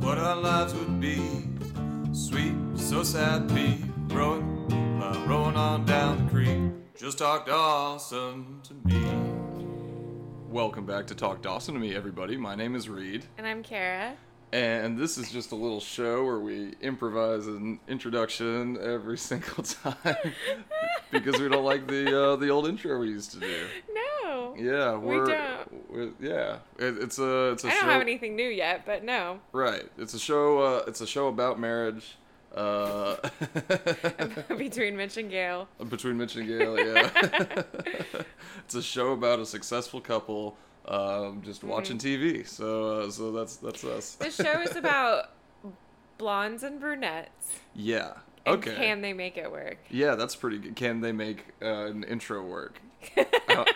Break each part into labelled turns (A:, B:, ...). A: lives would be sweet, so sad, be rowing, uh, rowing on down the creek. Just talked awesome to me. Welcome back to Talk Dawson to Me, everybody. My name is Reed,
B: And I'm Kara.
A: and this is just a little show where we improvise an introduction every single time because we don't like the uh, the old intro we used to do.
B: No.
A: Yeah,
B: We
A: we're,
B: don't.
A: we're- yeah. It, it's a it's a
B: I
A: show.
B: don't have anything new yet, but no.
A: Right. It's a show. Uh, it's a show about marriage. Uh,
B: Between Mitch and Gail.
A: between Mitch and Gail, yeah. it's a show about a successful couple um, just watching TV. So, uh, so that's that's us.
B: Mm-hmm. This show is about blondes and brunettes.
A: yeah.
B: And
A: okay.
B: Can they make it work?
A: Yeah, that's pretty good. Can they make uh, an intro work? how,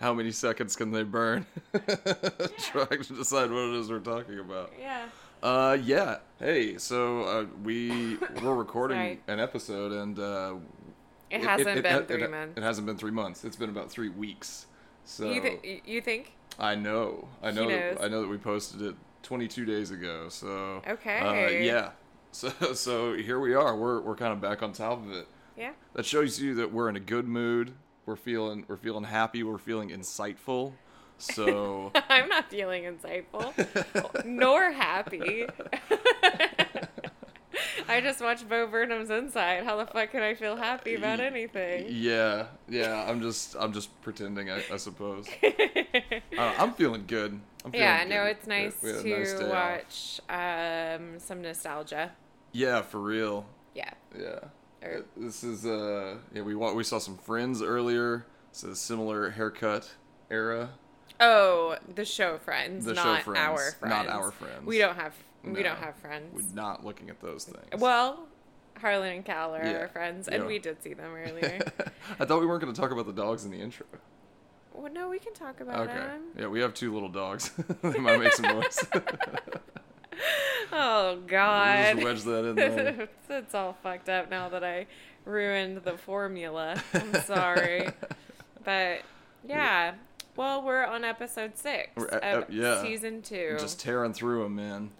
A: how many seconds can they burn? Trying to decide what it is we're talking about.
B: Yeah.
A: Uh, yeah. Hey, so uh, we we're recording
B: Sorry.
A: an episode, and uh,
B: It, hasn't been
A: ha- it
B: three
A: ha-
B: months.
A: It hasn't been three months. It's been about three weeks. So
B: you, th- you think?
A: I know, I
B: He
A: know,
B: knows.
A: that, I know that we posted it 22 days ago. So
B: Okay.
A: uh, yeah. So so here we are. We're we're kind of back on top of it.
B: Yeah.
A: That shows you that we're in a good mood. We're feeling we're feeling happy. We're feeling insightful. So
B: I'm not feeling insightful nor happy. I just watched Bo Burnham's Inside. How the fuck can I feel happy about
A: Y-
B: anything?
A: yeah, yeah. I'm just I'm just pretending. I, I suppose. Uh, I'm feeling good. I'm feeling
B: yeah, no,
A: good.
B: it's
A: We-
B: nice
A: we had a
B: to
A: nice day off.
B: watch um, some nostalgia.
A: Yeah, for real.
B: Yeah.
A: Yeah.
B: Or-
A: This is uh yeah, we wa- we saw some friends earlier. It's a similar haircut era.
B: Oh, the show friends,
A: The show
B: not
A: Friends,
B: our
A: not
B: friends.
A: our friends.
B: We don't have we
A: No.
B: don't have friends.
A: We're not looking at those things.
B: well, Harlan and Cal are
A: Yeah.
B: our friends, and
A: Yeah.
B: we did see them earlier.
A: I thought we weren't going to talk about the dogs in the intro.
B: well, no, we can talk about
A: Okay.
B: them.
A: Yeah, we have two little dogs. they might make some noise.
B: Oh
A: Let's
B: God.
A: just wedge that in there.
B: it's, it's all fucked up now that I ruined the formula. I'm sorry. but yeah. Well, we're on episode 6
A: We're
B: of
A: at- uh, yeah.
B: season 2.
A: Just tearing through them, man.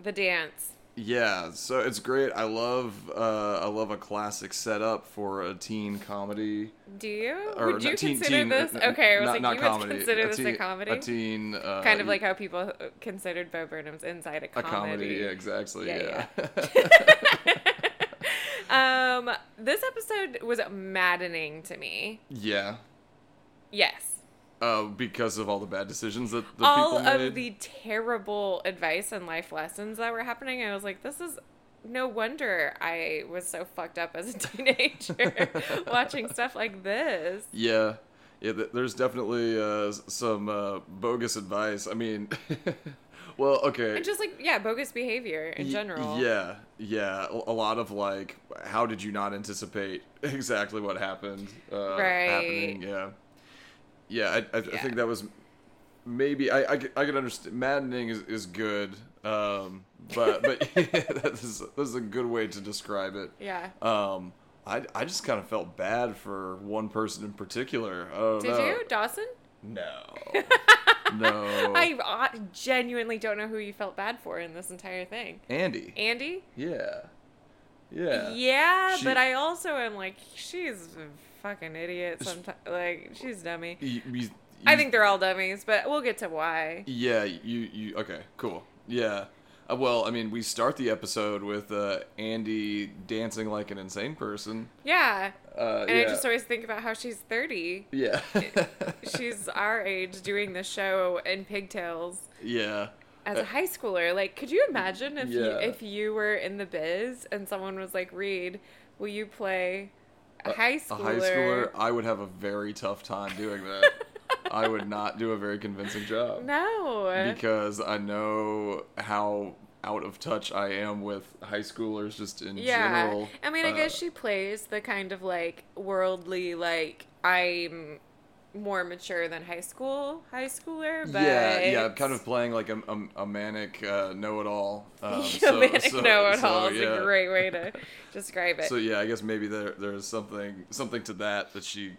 B: the dance.
A: Yeah, so it's great. I love uh, I love a classic setup for a teen comedy.
B: Do you?
A: Or
B: would
A: not
B: you
A: teen-
B: consider
A: teen,
B: this?
A: n- n-
B: okay, I was
A: not-
B: like,
A: not
B: you
A: comedy,
B: would consider this
A: teen-
B: a comedy?
A: A teen, uh,
B: kind of like how people uh, considered Bo Burnham's Inside a
A: a
B: comedy.
A: comedy. Yeah, exactly. Yeah,
B: Yeah, Um, this episode was maddening to me.
A: yeah.
B: Yes.
A: Uh, because of all the bad decisions that the
B: all
A: people made.
B: of the terrible advice and life lessons that were happening, I was like, this is no wonder I was so fucked up as a teenager watching stuff like this.
A: Yeah. Yeah, th- there's definitely uh, s- some uh, bogus advice. I mean, well, okay.
B: And just like, yeah, bogus behavior in
A: Y-
B: general.
A: Yeah, yeah. A a lot of like, how did you not anticipate exactly what happened? Uh,
B: Right.
A: Happening. Yeah. Yeah, I, I, I
B: Yeah.
A: think that was maybe I I, could- I could understand. Maddening is, is good, um, but but yeah, this is this is a good way to describe it.
B: Yeah.
A: Um, I I just kind of felt bad for one person in particular. Oh
B: Did
A: no.
B: you, Dawson?
A: No. no.
B: I uh, genuinely don't know who you felt bad for in this entire thing.
A: Andy.
B: Andy?
A: Yeah. Yeah.
B: Yeah,
A: She-
B: but I also am like, she's a fucking idiot sometimes. Like, she's dummy.
A: You- you-
B: I
A: you-
B: think they're all dummies, but we'll get to why.
A: Yeah, you you okay, cool. Yeah. Uh, well, I mean, we start the episode with uh, Andy dancing like an insane person.
B: Yeah.
A: Uh,
B: And
A: yeah.
B: I just always think about how she's 30.
A: yeah.
B: She's our age doing the show in pigtails
A: yeah.
B: as a high schooler. Like, could you imagine if you,
A: Uh, Yeah.
B: if you were in the biz and someone was like, "Reed, will you play a high
A: A
B: schooler?"
A: high schooler, I would have a very tough time doing that. I would not do a very convincing job.
B: No.
A: because I know how out of touch I am with high schoolers just in
B: yeah.
A: general.
B: I mean, I
A: Uh,
B: guess she plays the kind of like worldly, like I'm more mature than high school high schooler, but
A: yeah, yeah, I'm kind of playing like a, a, a manic uh, know-it-all. Um, so-
B: manic
A: so-
B: know-it-all
A: so,
B: is
A: yeah.
B: a great way to describe it.
A: So yeah, I guess maybe there there's something something to that that she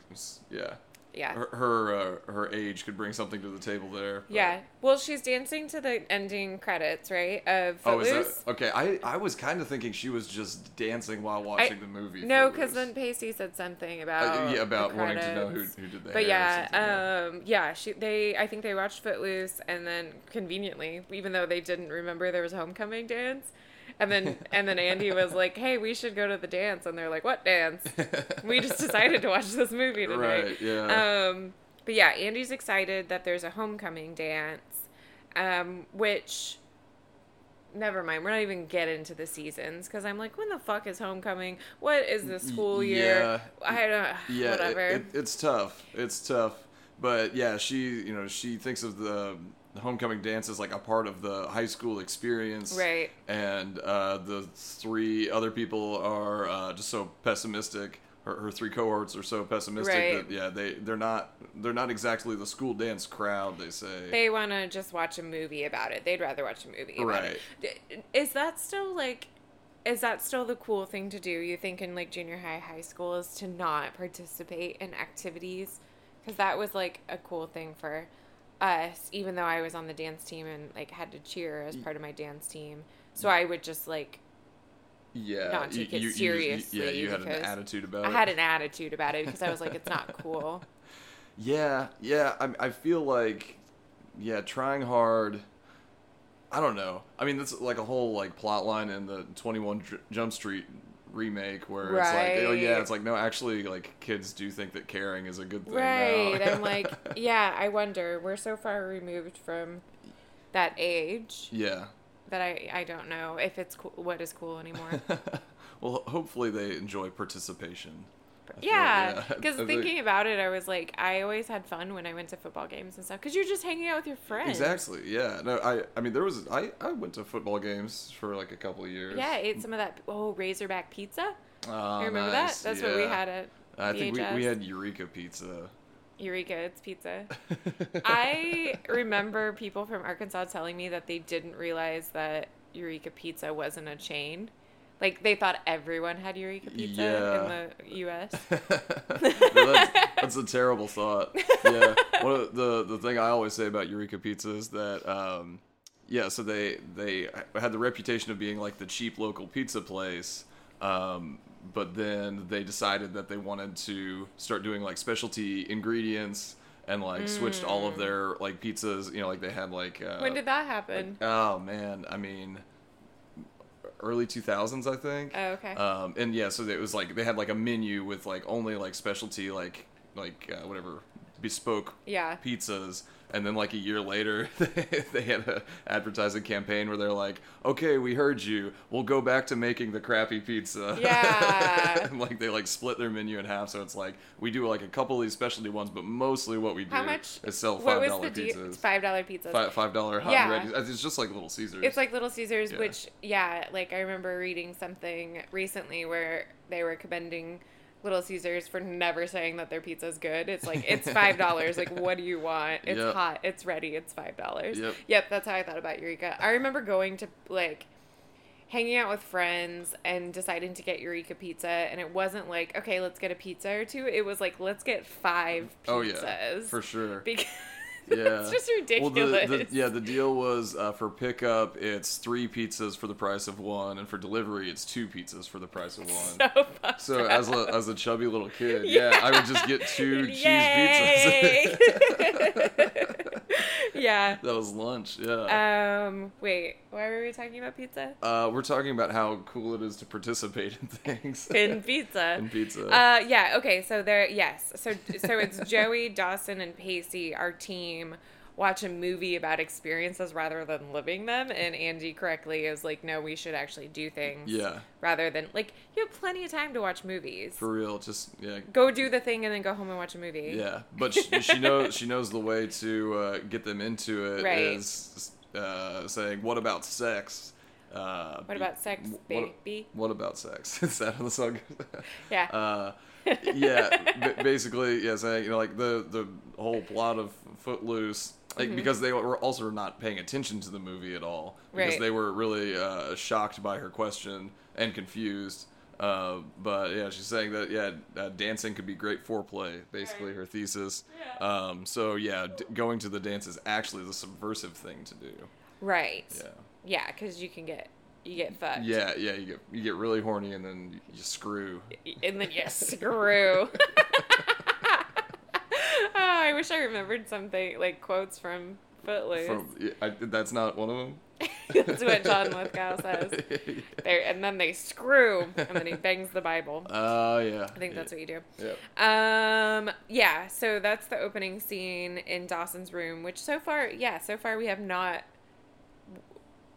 A: yeah
B: yeah.
A: her her, uh, her age could bring something to the table there. but-
B: yeah. Well, she's dancing to the ending credits, right? Of
A: Oh,
B: Footloose.
A: is that okay? I, I was kind of thinking she was just dancing while
B: I-
A: watching the movie.
B: No,
A: Footloose.
B: because then Pacey said something
A: Uh,
B: about
A: yeah,
B: the
A: about wanting to know who,
B: credits.
A: who did that.
B: But yeah, um, yeah, she they I think they watched Footloose and then conveniently, even though they didn't remember there was a homecoming dance, and then and then Andy was like, "Hey, we should go to the dance," and they're like, "What dance?" we just decided to watch this movie tonight.
A: Right, yeah.
B: Um, but yeah, Andy's excited that there's a homecoming dance, um, which. Never mind. We're not even get into the seasons because I'm like, when the fuck is homecoming? What is this school year?
A: yeah.
B: I don't.
A: yeah, it-
B: whatever.
A: it- it's tough. It's tough. But yeah, she you know she thinks of the homecoming dance as like a part of the high school experience,
B: Right.
A: And uh, the three other people are uh, just so pessimistic. Her, her three cohorts are so pessimistic
B: Right.
A: that yeah they they're not they're not exactly the school dance crowd. They say
B: They want to just watch a movie about it. They'd rather watch a movie about
A: Right.
B: it. D- Is that still like is that still the cool thing to do? You think in like junior high, high school is to not participate in activities cuz that was like a cool thing for us even though I was on the dance team and like had to cheer as part of my dance team. So I would just like
A: yeah
B: not take it
A: yeah
B: seriously
A: you had an
B: because
A: attitude about
B: I
A: it.
B: had an attitude about it because I was like it's not cool.
A: Yeah, yeah. I, I feel like, yeah, trying hard. I don't know. I mean, that's like a whole like plot line in the Twenty One J- Jump Street remake where it's like, oh yeah,
B: Right.
A: it's like no, actually, like kids do think that caring is a good thing. now.
B: Right. I'm like, yeah, I wonder. We're so far removed from that age
A: yeah.
B: that I, I don't know if it's cool, what is cool anymore.
A: well, ho- hopefully they enjoy participation. I feel-
B: yeah.
A: I
B: Because
A: think-
B: thinking about it, I was like, I always had fun when I went to football games and stuff because you're just hanging out with your friends.
A: Exactly. Yeah. No. I. I mean, there was. I. I went to football games for like a couple of years.
B: Yeah, I ate some of that. Oh, Razorback pizza.
A: Oh,
B: you remember
A: nice.
B: that? That's what we
A: Yeah.
B: had at
A: I think we, we
B: VHS.
A: had Eureka Pizza.
B: Eureka, it's pizza. I remember people from Arkansas telling me that they didn't realize that Eureka Pizza wasn't a chain. Like they thought everyone had Eureka Pizza
A: Yeah.
B: in the U.S.
A: that's, that's a terrible thought. Yeah. One of the the thing I always say about Eureka Pizza is that um, yeah, so they they had the reputation of being like the cheap local pizza place. Um, but then they decided that they wanted to start doing like specialty ingredients and like switched all of their like pizzas, you know, like they had like uh,
B: when did that happen?
A: Oh man, I mean, early two thousands, I think.
B: Oh, okay.
A: Um, and yeah, so it was like they had like a menu with like only like specialty like like uh, whatever bespoke
B: Yeah.
A: pizzas. And then, like a year later, they, they had a advertising campaign where they're like, "Okay, we heard you. We'll go back to making the crappy pizza."
B: Yeah.
A: And, like they like split their menu in half, so it's like we do like a couple of these specialty ones, but mostly what we do
B: How much?
A: is sell
B: what
A: five
B: was
A: dollar
B: the deal-
A: pizzas
B: Five dollar pizzas.
A: five five dollar hot
B: Yeah.
A: and ready. It's just like Little Caesars.
B: It's like Little Caesars,
A: Yeah.
B: which yeah, like I remember reading something recently where they were commending Little Caesars for never saying that their pizza's good. It's like it's five dollars. like what do you want? It's
A: Yep.
B: hot. It's ready. It's five dollars.
A: Yep.
B: that's how I thought about Eureka. I remember going to like hanging out with friends and deciding to get Eureka pizza and it wasn't like, okay, let's get a pizza or two. It was like, let's get five pizzas.
A: oh yeah, for sure.
B: Because
A: yeah,
B: it's just
A: Well,
B: ridiculous.
A: the- the- yeah, the deal was uh, for pickup, it's three pizzas for the price of one, and for delivery, it's two pizzas for the price of one.
B: So fucked
A: So
B: up.
A: as a as a chubby little kid, yeah, I would just get two cheese pizzas.
B: pizzas. yeah.
A: that was lunch. Yeah.
B: Um. Wait. Why were we talking about pizza?
A: Uh, we're talking about how cool it is to participate in things.
B: In pizza.
A: In pizza.
B: Uh. Yeah. Okay. So there. Yes. So so it's Joey, Dawson, and Pacey, our team. Watch a movie about experiences rather than living them, and Andy correctly is like, "No, we should actually do things
A: yeah,
B: rather than like you have plenty of time to watch movies.
A: for real. Just yeah,
B: go do the thing and then go home and watch a movie.
A: Yeah, but she, she knows she knows the way to uh, get them into it is
B: Right.
A: uh, saying, "What about sex?" Uh,
B: What about sex, baby?
A: What, about sex? is that how the song goes?
B: Yeah.
A: Uh, yeah, b- basically, yeah, saying you know, like the the whole plot of Footloose, like
B: Mm-hmm.
A: because they were also not paying attention to the movie at all because
B: Right.
A: they were really uh, shocked by her question and confused. Uh, but yeah, she's saying that yeah, uh, dancing could be great foreplay. Basically, her thesis.
B: Yeah.
A: Um, so yeah, d- going to the dance is actually the subversive thing to do.
B: Right.
A: Yeah.
B: Yeah, because you can get you get fucked.
A: Yeah, yeah. You get you get really horny and then you screw.
B: And then you screw. oh, I wish I remembered something like quotes from Footloose.
A: From yeah, I, that's not one of them.
B: That's what John Lithgow says. They and then they screw, and then he bangs the Bible.
A: Oh yeah.
B: I think that's what you do.
A: Yep.
B: Um, yeah, so that's the opening scene in Dawson's room, which so far, yeah, so far we have not.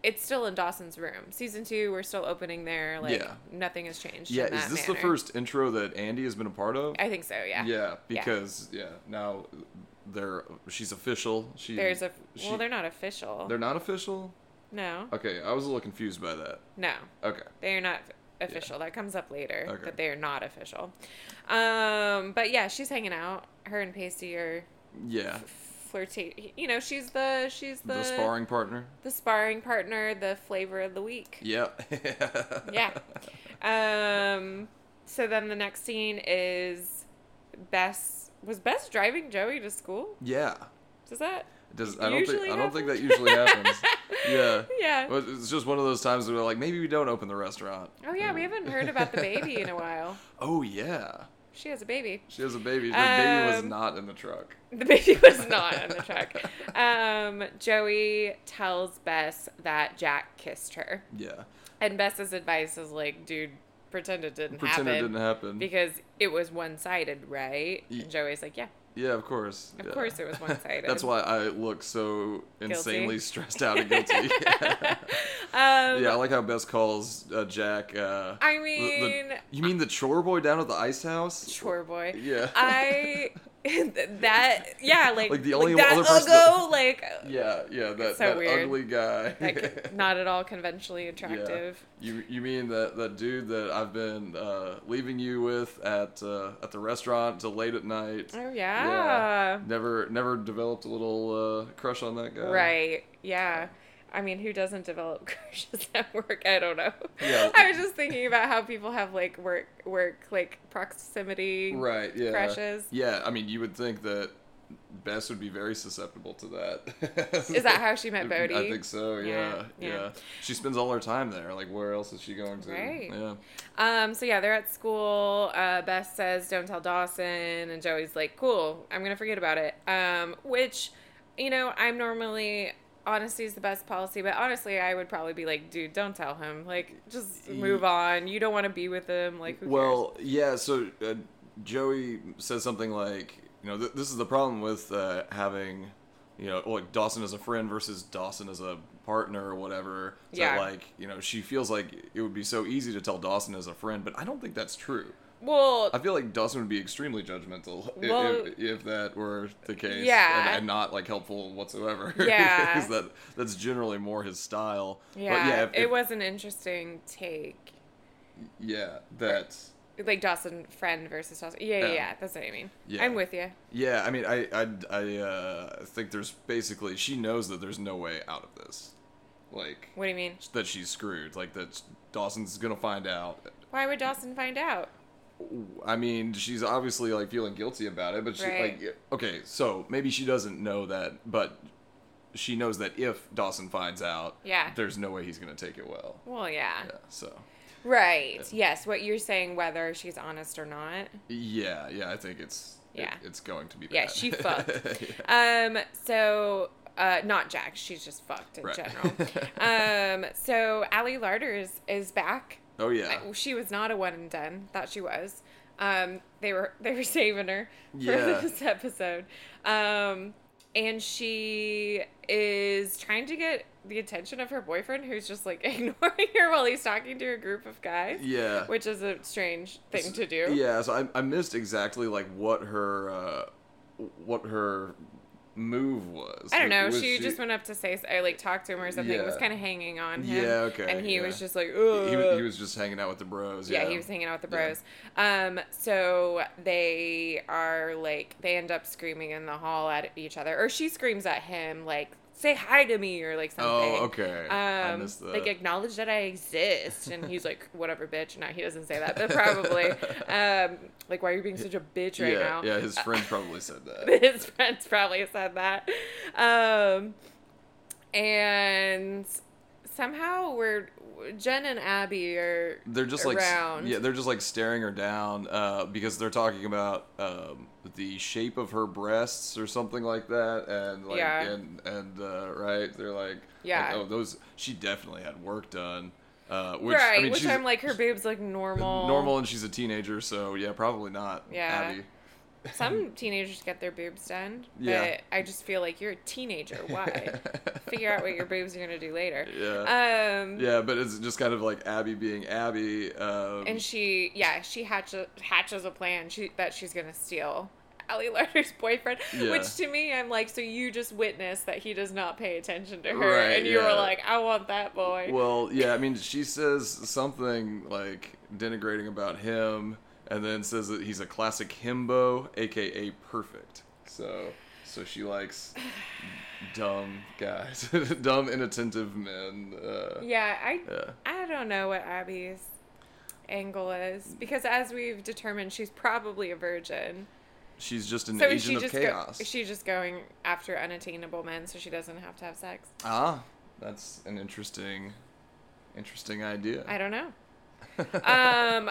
B: It's still in Dawson's room. Season two, we're still opening there. Like
A: Yeah.
B: nothing has changed.
A: Yeah,
B: in
A: is
B: that
A: this the
B: manner.
A: first intro that Andy has been a part of?
B: I think so. Oh, Yeah.
A: because yeah, now they're she's official. She
B: There's a
A: she-
B: well, they're not official.
A: they're not official.
B: no,
A: Okay, I was a little confused by that.
B: no,
A: Okay,
B: they are not official. That comes up later,
A: Okay.
B: but they are not official. Um, but yeah, she's hanging out. Her and Pasty are
A: yeah,
B: flirting. You know, she's the she's the
A: the sparring partner.
B: the sparring partner, the flavor of the week.
A: Yeah,
B: Yeah. Um, so then the next scene is Bess. Was Bess driving Joey to school?
A: yeah.
B: Does that?
A: Does I don't think
B: Usually
A: I don't think that
B: happens.
A: usually happens. yeah.
B: Yeah.
A: But It's just one of those times where like maybe we don't open the restaurant.
B: Oh, yeah. We haven't heard about the baby in a while.
A: Oh yeah,
B: She has a baby.
A: she has a baby. Her baby was
B: Um,
A: not in the truck.
B: The baby was not on the truck. Um, Joey tells Bess that Jack kissed her.
A: Yeah,
B: And Bess's advice is like, dude, pretend it didn't
A: pretend it
B: happen.
A: didn't happen.
B: Because it was one sided, right? And Joey's like, yeah.
A: Yeah, of course.
B: Of
A: yeah.
B: course it was one-sided.
A: That's why I look so insanely
B: Guilty.
A: stressed out and guilty. yeah.
B: Um,
A: I like how Bess calls uh, Jack. Uh,
B: I
A: the- the-
B: mean-
A: you mean the chore boy down at the ice house?
B: Chore boy.
A: Yeah.
B: I that yeah like
A: Like, the only
B: that
A: other person that-
B: uggo, like
A: Yeah, yeah. That,
B: so
A: that
B: weird.
A: ugly guy.
B: like not at all conventionally attractive.
A: Yeah. You you mean that that dude that I've been uh, leaving you with at uh, at the restaurant till late at night?
B: Oh yeah.
A: Never never developed a little uh, crush on that guy.
B: Right. Yeah. I mean, who doesn't develop crushes at work? I don't know.
A: Yeah.
B: I was just thinking about how people have like work work like proximity.
A: right yeah
B: crushes.
A: yeah i mean you would think that bess would be very susceptible to that
B: Is that how she met Bodhi?
A: i think so yeah
B: Yeah,
A: yeah,
B: yeah.
A: she spends all her time there like where else is she going to
B: Right.
A: yeah
B: Um, so yeah, they're at school. Uh, Bess says, "Don't tell Dawson," and Joey's like, "Cool, I'm gonna forget about it." Um, which, you know, I'm normally honesty is the best policy, but honestly, I would probably be like, "Dude, don't tell him. Like, just move on. You don't want to be with him. Like, who
A: well yeah so uh, joey says something like you know th- this is the problem with uh, having you know like dawson as a friend versus dawson as a partner or whatever Is that,
B: Yeah.
A: like you know she feels like it would be so easy to tell dawson as a friend but i don't think that's true
B: cares?" Well,
A: I feel like Dawson would be extremely judgmental i-
B: Well-
A: if, if that were the case.
B: Yeah.
A: And, and not like helpful whatsoever.
B: Yeah.
A: 'Cause that, that's generally more his style. But
B: yeah,
A: yeah. if-
B: it
A: if-
B: was an interesting take.
A: Yeah. That.
B: Like Dawson friend versus Dawson. Yeah, yeah,
A: Yeah.
B: yeah. That's what I mean.
A: Yeah.
B: I'm with you.
A: Yeah. I mean, I, I, I uh, think there's basically, she knows that there's no way out of this. Like,
B: What do you mean?
A: that she's screwed. Like, that Dawson's going to find out.
B: Why would Dawson find out?
A: I mean, she's obviously like feeling guilty about it, but she
B: Right.
A: like okay, so maybe she doesn't know that, but she knows that if Dawson finds out,
B: Yeah.
A: there's no way he's gonna take it well.
B: Well,
A: Yeah, so
B: Right. Yes. What you're saying, whether she's honest or not.
A: yeah, yeah, I think it's it-
B: Yeah.
A: it's going to be bad.
B: Yeah, she fucked.
A: Yeah.
B: Um. So, uh, not Jack. She's just fucked in
A: Right.
B: general. um. So, Allie Larder is is back.
A: Oh yeah,
B: I- she was not a one and done. Thought she was. Um. They were they were saving her for
A: Yeah.
B: this episode. Um. And she is trying to get the attention of her boyfriend, who's just like ignoring her while he's talking to a group of guys.
A: yeah.
B: Which is a strange thing to do.
A: Yeah, so I, I missed exactly like what her uh, what her move was.
B: I don't know.
A: Was
B: She, just went up to say, I like talked to him or something.
A: Yeah.
B: Was kind of hanging on him.
A: Yeah, okay,
B: And he
A: yeah.
B: was just like,
A: He,
B: Ugh.
A: was- he was just hanging out with the bros.
B: yeah,
A: Yeah,
B: he was hanging out with the
A: Yeah.
B: bros. Um, so they are like, they end up screaming in the hall at each other, or she screams at him, like say hi to me or like something.
A: Oh, okay. I
B: Um,
A: missed that.
B: Like acknowledge that I exist, and he's like, whatever, bitch. No, he doesn't say that, but probably. um, like, why are you being such a bitch right
A: yeah,
B: now? Uh,
A: yeah. His friends probably said that.
B: his friends probably said that. Um, and somehow we're Jen and Abby are
A: They're just like s-
B: around.
A: yeah, they're just like staring her down uh, because they're talking about um, the shape of her breasts or something like that, and like
B: Yeah.
A: and and uh, right, they're like
B: Yeah.
A: like, oh those she definitely had work done, uh, which
B: right,
A: I mean
B: which
A: she's
B: I'm like her boobs look normal.
A: normal and she's a teenager, so yeah, probably not.
B: Yeah.
A: Abby.
B: Some teenagers get their boobs done, but
A: Yeah.
B: I just feel like you're a teenager. Why? Figure out what your boobs are gonna do later.
A: Yeah.
B: Um.
A: Yeah, but it's just kind of like Abby being Abby. Um,
B: And she, yeah, she hatches hatches a plan she, that she's gonna steal Allie Larder's boyfriend.
A: Yeah.
B: Which to me, I'm like, so you just witnessed that he does not pay attention to her,
A: Right,
B: and you
A: yeah.
B: were like, I want that boy.
A: well, yeah, I mean, she says something like denigrating about him, and then says that he's a classic himbo, aka perfect. So, so she likes dumb guys, dumb inattentive men. Uh,
B: yeah, I,
A: yeah.
B: I don't know what Abby's angle is because as we've determined, she's probably a virgin.
A: She's just an
B: So is she
A: agent of
B: just go-
A: chaos.
B: is she just going after unattainable men so she doesn't have to have sex?
A: ah, that's an interesting, interesting idea.
B: I don't know. um,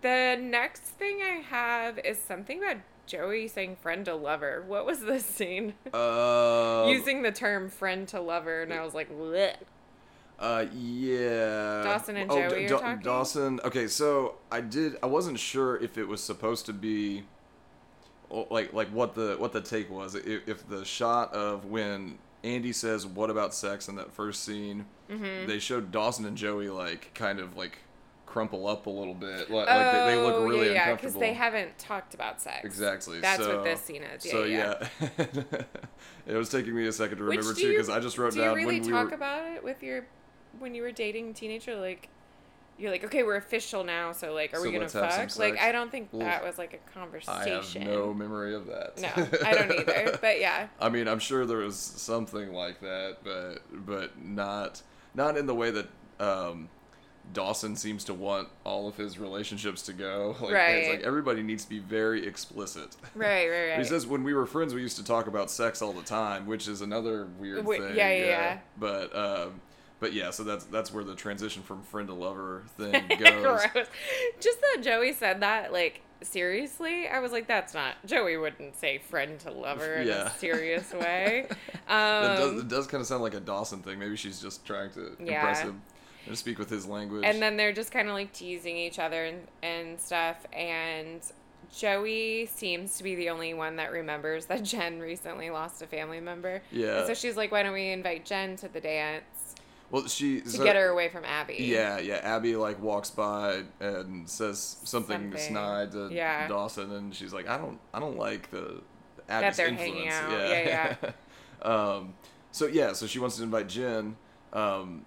B: the next thing I have is something about Joey saying friend to lover. What was this scene?
A: Uh,
B: Using the term friend to lover, and I was like, Bleh.
A: Uh, yeah.
B: Dawson and
A: Da-
B: Joey are
A: Da-
B: talking?
A: Dawson. Okay, so I did. I wasn't sure if it was supposed to be, oh, like, like what the what the take was. If, if the shot of when Andy says "What about sex?" in that first scene,
B: Mm-hmm.
A: they showed Dawson and Joey like kind of like crumple up a little bit. Like, like they, they
B: Oh,
A: look really
B: yeah, yeah,
A: uncomfortable.
B: they haven't talked about sex.
A: Exactly.
B: That's
A: so,
B: what this scene is. Yeah,
A: so
B: yeah.
A: it was taking me a second to
B: Which
A: remember
B: do
A: too
B: you-
A: because I just wrote
B: do
A: down
B: you really
A: when we
B: talk
A: were.
B: about it with your when you were dating a teenager? Like, you're like, okay, we're official now, so like, are
A: So
B: we gonna
A: let's have some
B: fuck? Like,
A: sex.
B: I don't think
A: Oof.
B: that was like a
A: I have
B: conversation.
A: no memory of that.
B: no, I don't either. But yeah,
A: I mean, I'm sure there was something like that, but but not not in the way that um, Dawson seems to want all of his relationships to go. Like, It's
B: Right.
A: like everybody needs to be very explicit.
B: right, right, right.
A: He says when we were friends, we used to talk about sex all the time, which is another weird
B: Wait,
A: thing.
B: yeah, yeah, yeah.
A: But um, but yeah, so that's that's where the transition from friend to lover thing goes.
B: Gross. Just that Joey said that, like, seriously? I was like, that's not. Joey wouldn't say friend to lover in
A: Yeah.
B: a serious way.
A: That does,
B: Um,
A: it does kind of sound like a Dawson thing. Maybe she's just trying to
B: Yeah.
A: impress him and speak with his language.
B: and then they're just kind of like teasing each other and, and stuff. And Joey seems to be the only one that remembers that Jen recently lost a family member.
A: Yeah.
B: And so she's like, why don't we invite Jen to the dance
A: well, she
B: to get her away from Abby?
A: Yeah, yeah. Abby like walks by and says something,
B: Something.
A: snide to
B: Yeah.
A: Dawson, and she's like, "I don't, I don't like the
B: That
A: Abby's
B: they're
A: influence."
B: hanging out. Yeah,
A: yeah. um, so yeah, so she wants to invite Jen, um,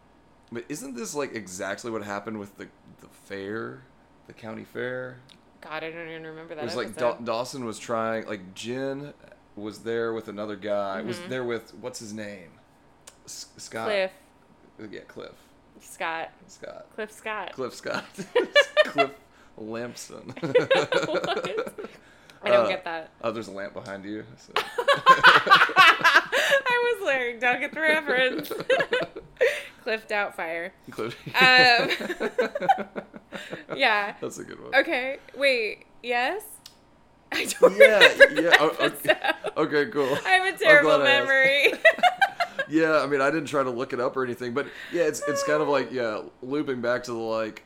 A: but isn't this like exactly what happened with the the fair, the county fair?
B: God, I don't even remember that.
A: It was like
B: episode.
A: Daw- Dawson was trying, like Jen was there with another guy, was there with what's his name, S- Scott.
B: Mm-hmm. Cliff,
A: Yeah, Cliff.
B: Scott,
A: Scott.
B: Cliff Scott.
A: Cliff Scott. Cliff Lampson.
B: I don't
A: Uh,
B: get that.
A: Oh, there's a lamp behind you. So.
B: I was like, don't get the reference. Cliff Doubtfire.
A: Cliff.
B: Um, Yeah.
A: That's a good one.
B: Okay. Wait. Yes. I don't
A: Yeah, yeah.
B: remember that
A: o- okay.
B: episode.
A: okay, cool.
B: I have a
A: I'm
B: terrible
A: glad I asked.
B: memory.
A: yeah, I mean, I didn't try to look it up or anything, but yeah, it's it's kind of like yeah, looping back to the like.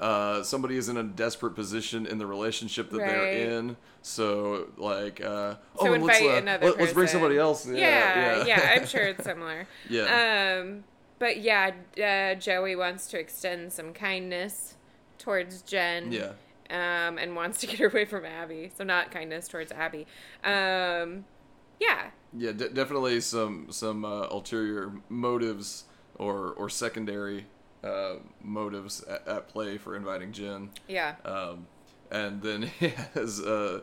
A: Uh, somebody is in a desperate position in the relationship that
B: Right.
A: they're in, so like, uh,
B: So
A: oh, let's,
B: invite
A: uh,
B: another
A: let, us bring
B: person.
A: somebody else. Yeah,
B: yeah,
A: yeah,
B: yeah, I'm sure it's similar.
A: Yeah.
B: Um, but yeah, uh, Joey wants to extend some kindness towards Jen.
A: Yeah.
B: Um, and wants to get her away from Abby. So not kindness towards Abby. Um, yeah.
A: Yeah, de- definitely some some uh, ulterior motives or or secondary uh, motives at, at play for inviting Jen.
B: Yeah.
A: Um, and then yeah, as uh,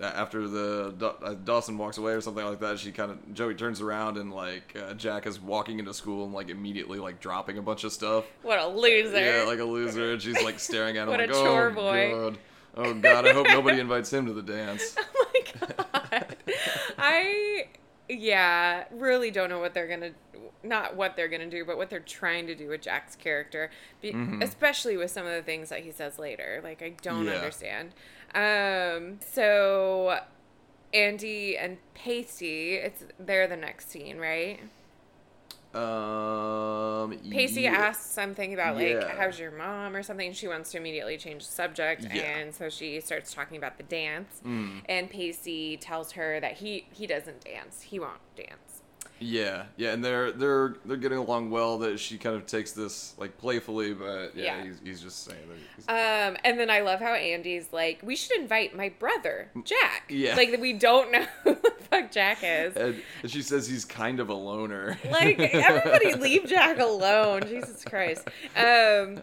A: a- after the Da- uh, Dawson walks away or something like that, she kind of Joey turns around and like uh, Jack is walking into school and like immediately like dropping a bunch of stuff.
B: What a loser.
A: Yeah, like a loser, and she's like staring at him
B: What a
A: like,
B: chore
A: oh
B: boy."
A: god, oh god, I hope nobody invites him to the dance.
B: oh my god. I yeah, really don't know what they're gonna not what they're gonna do, but what they're trying to do with Jack's character, be, especially with some of the things that he says later. Like I don't
A: Mm-hmm. Yeah.
B: understand. Um, so Andy and Pasty, it's they're the next scene, right?
A: Um,
B: Pacey
A: yeah.
B: asks something about like
A: Yeah.
B: how's your mom or something. She wants to immediately change the subject,
A: Yeah. Mm.
B: and so she starts talking about the dance. And Pacey tells her that he he doesn't dance. He won't dance.
A: Yeah, yeah, and they're they're they're getting along well. That she kind of takes this like playfully, but yeah,
B: Yeah.
A: He's, he's just saying that. He's,
B: Um, and then I love how Andy's like, we should invite my brother Jack.
A: Mm, Yeah.
B: like we don't know who the fuck Jack is.
A: and, and she says he's kind of a loner.
B: like everybody leave jack alone jesus christ um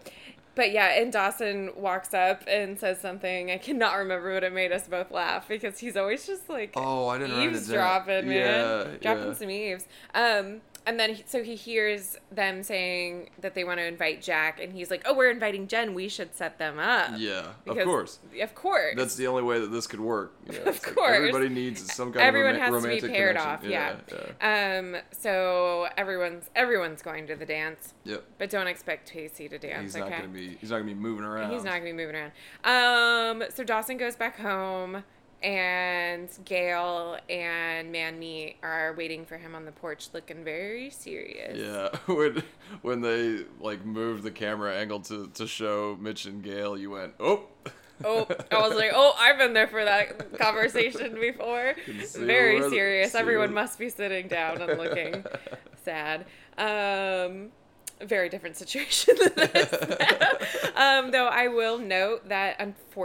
B: but yeah and dawson walks up and says something i cannot remember what it made us both laugh because he's always just like
A: Oh, I didn't write it down.
B: eavesdropping man
A: Yeah,
B: dropping
A: yeah.
B: some eaves um and then he, so he hears them saying that they want to invite jack and he's like oh we're inviting jen we should set them up
A: yeah, of
B: Because-
A: course.
B: of course
A: That's the only way that this could work. Yeah,
B: Of
A: it's like
B: course.
A: everybody needs some kind
B: everyone
A: of roma-
B: has
A: romantic
B: to be paired
A: connection.
B: off yeah,
A: yeah.
B: um so everyone's everyone's going to the dance
A: Yep.
B: But don't expect Pacey to dance.
A: He's
B: okay?
A: not gonna be. He's not gonna be moving around.
B: He's not gonna be moving around. Um. So Dawson goes back home, and Gail and Manmeet are waiting for him on the porch, looking very serious.
A: Yeah, when when they like moved the camera angle to to show Mitch and Gail, you went oh.
B: Oh, I was like, oh, I've been there for that conversation before.
A: Can see
B: Very
A: where the-
B: serious.
A: see
B: Everyone
A: where-
B: must be sitting down and looking sad. Um, very different situation than this. um, though I will note that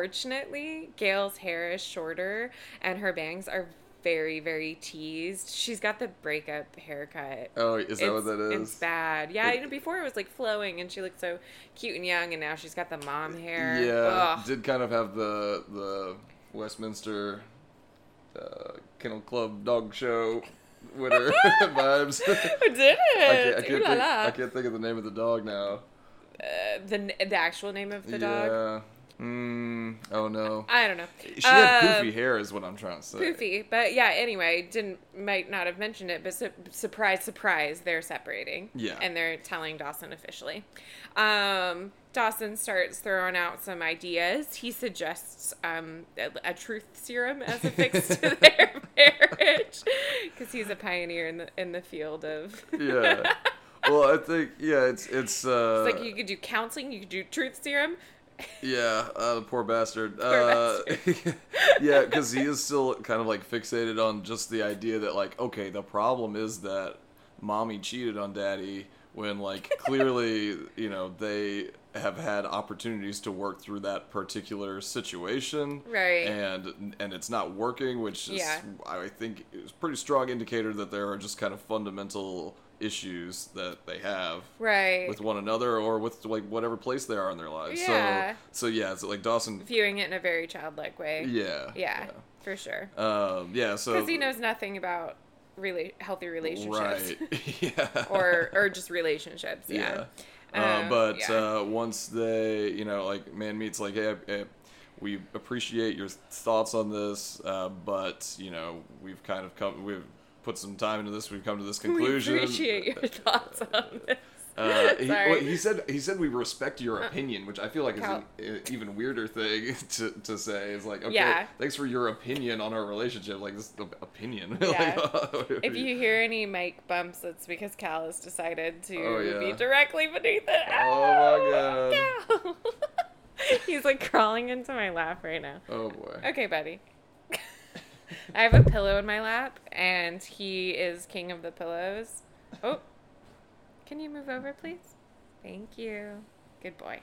B: unfortunately, Gail's hair is shorter and her bangs are very, very teased. She's got the breakup haircut.
A: Oh, is that what
B: It's-
A: that is?
B: It's bad. Yeah,
A: It-
B: you know, before it was like flowing and she looked so cute and young, and now she's got the mom hair.
A: Yeah,
B: Ugh.
A: did kind of have the the Westminster uh, Kennel Club dog show winner vibes. I
B: did
A: can't,
B: it.
A: I,
B: Ooh
A: can't
B: la
A: think,
B: la.
A: I can't think of the name of the dog now.
B: Uh, the n- the actual name of
A: yeah.
B: the dog.
A: Mm, oh no.
B: I don't know.
A: She had
B: Uh,
A: poofy hair, is what I'm trying to say.
B: Poofy, but yeah. Anyway, didn't might not have mentioned it, but su- surprise, surprise, they're separating.
A: Yeah.
B: and they're telling Dawson officially. Um, Dawson starts throwing out some ideas. He suggests um, a, a truth serum as a fix to their marriage because he's a pioneer in the in the field of.
A: Yeah. Well, I think yeah, it's it's uh
B: It's like you could do counseling, you could do truth serum.
A: Yeah, uh, poor bastard. uh, yeah, because he is still kind of like fixated on just the idea that like, okay, the problem is that mommy cheated on daddy when like clearly you know they have had opportunities to work through that particular situation
B: Right.
A: and and it's not working which is
B: Yeah.
A: i think is a pretty strong indicator that there are just kind of fundamental issues that they have
B: Right.
A: with one another or with like whatever place they are in their lives.
B: Yeah.
A: So so yeah, so like Dawson.
B: viewing it in a very childlike way.
A: Yeah.
B: Yeah, for sure.
A: yeah. Um. Yeah. So.
B: Because he knows nothing about really healthy relationships
A: Right. yeah.
B: or or just relationships.
A: yeah.
B: Yeah.
A: Uh,
B: Um,
A: but
B: yeah.
A: uh, once they, you know, like man meets like, hey, eh, we appreciate your thoughts on this, uh, but you know, we've kind of come, we've put some time into this, we've come to this
B: we
A: conclusion.
B: appreciate your thoughts on this.
A: Uh, he,
B: Sorry.
A: well, he said he said we respect your opinion, which I feel like is
B: Cal-
A: an e- even weirder thing to, to say. Is like, okay,
B: Yeah.
A: thanks for your opinion on our relationship. Like this is the opinion.
B: Yeah.
A: Like, oh,
B: If you hear any mic bumps, it's because Cal has decided to
A: Oh, yeah.
B: be directly beneath it.
A: Oh, my
B: Ow! Cal! He's like crawling into my lap right now.
A: oh boy.
B: Okay, buddy. I have a pillow in my lap, and he is king of the pillows. Oh, can you move over, please? Thank you. Good boy.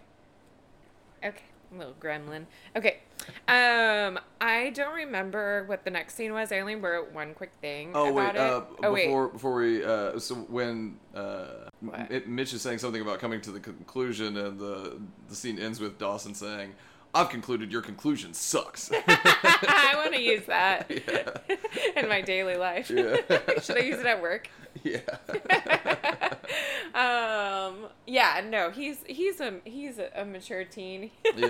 B: Okay, little gremlin. Okay, um, I don't remember what the next scene was. I only wrote one quick thing.
A: Oh
B: about
A: wait,
B: it.
A: uh,
B: oh wait.
A: before before we uh, so when uh,
B: What?
A: M- Mitch is saying something about coming to the conclusion, and the the scene ends with Dawson saying, I've concluded your conclusion sucks.
B: I want to use that
A: Yeah.
B: in my daily life.
A: Yeah.
B: Should I use it at work?
A: yeah.
B: um, yeah, no, he's he's a he's a, a mature teen.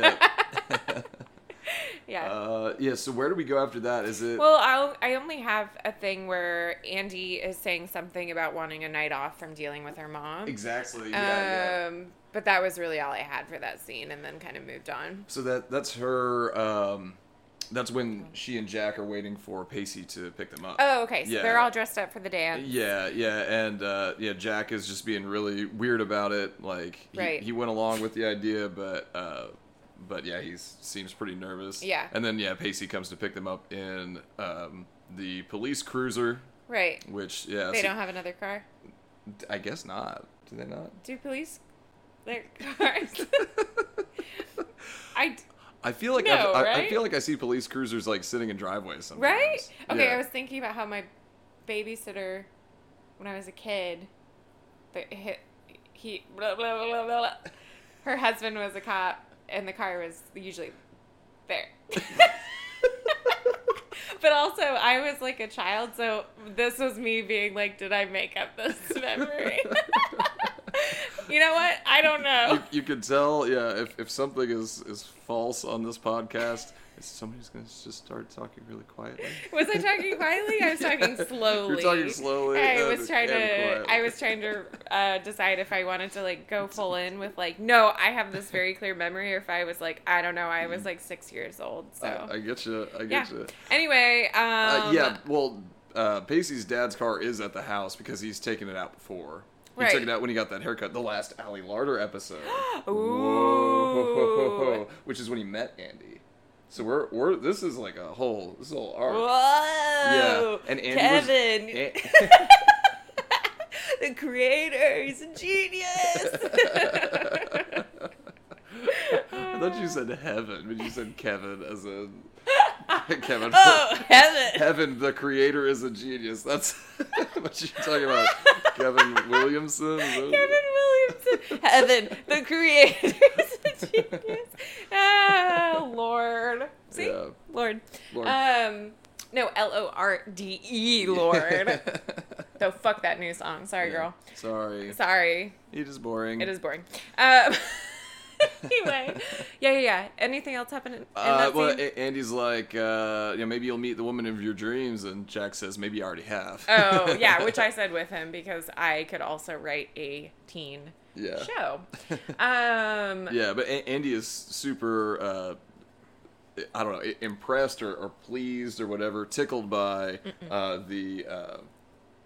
A: Yeah.
B: yeah.
A: Uh, yeah. So where do we go after that? Is it?
B: well, I'll, I only have a thing where Andy is saying something about wanting a night off from dealing with her mom.
A: exactly. Yeah. yeah.
B: Um, but that was really all I had for that scene, and then kind of moved on.
A: So that that's her. Um, that's when she and Jack are waiting for Pacey to pick them up.
B: Oh, okay. So
A: Yeah.
B: they're all dressed up for the dance.
A: Yeah, yeah, and uh, yeah, Jack is just being really weird about it. Like, he,
B: Right.
A: he went along with the idea, but uh, but yeah, he seems pretty nervous.
B: Yeah.
A: and then yeah, Pacey comes to pick them up in um, the police cruiser,
B: Right.
A: which yeah,
B: They
A: so-
B: don't have another car.
A: I guess not. Do they not?
B: Do police their cars? I
A: I feel like
B: No,
A: I've- I, I
B: right?
A: feel like I see police cruisers like sitting in driveways sometimes.
B: right. Okay,
A: Yeah.
B: I was thinking about how my babysitter, when I was a kid, that hit he blah, blah, blah, blah, blah. her husband was a cop, and the car was usually there. But also, I was like a child, so this was me being like, "Did I make up this memory?" you know what? I don't know.
A: you, you could tell, yeah, if, if something is, is false on this podcast, it's somebody's going to just start talking really quietly.
B: Was I talking quietly? I was talking slowly.
A: You're talking slowly.
B: I
A: and-
B: was trying
A: and
B: to.
A: quietly.
B: I was trying to uh, decide if I wanted to like go full in with like, no, I have this very clear memory, or if I was like, I don't know, I was like six years old, so
A: Mm-hmm. I, I get you. I
B: yeah.
A: get you.
B: Anyway, um,
A: Uh, yeah. Well, uh, Pacey's dad's car is at the house because he's taken it out before. He took
B: Right.
A: it out when he got that haircut. The last Allie Larder episode.
B: Ooh.
A: Which is when he met Andy. So we're we're this is like a whole this is a whole arc. Eh,
B: Whoa,
A: Yeah, and Andy was-
B: Kevin,
A: A-
B: the creator, he's a genius.
A: I thought you said heaven, but you said Kevin as a Kevin.
B: oh, heaven.
A: Heaven, the creator is a genius. That's what you're talking about. Kevin Williamson? Is that-
B: Kevin Williamson. Heaven, the creator's a genius. Ah, Lord. See?
A: Yeah.
B: Lord.
A: Lord.
B: Um, no, L O R D E, Lord. Though, fuck that new song. Sorry, girl.
A: Sorry.
B: Sorry.
A: It is boring.
B: It is boring. Um, anyway. Yeah, yeah, yeah. Anything else happen in, in
A: Uh,
B: that
A: well,
B: scene?
A: A- Andy's like, uh, you know, maybe you'll meet the woman of your dreams, and Jack says, maybe you already have.
B: oh, yeah, which I said with him because I could also write a teen
A: yeah,
B: show. Um,
A: yeah, but a- Andy is super, uh, I don't know, i- impressed or, or pleased or whatever, tickled by uh, the uh,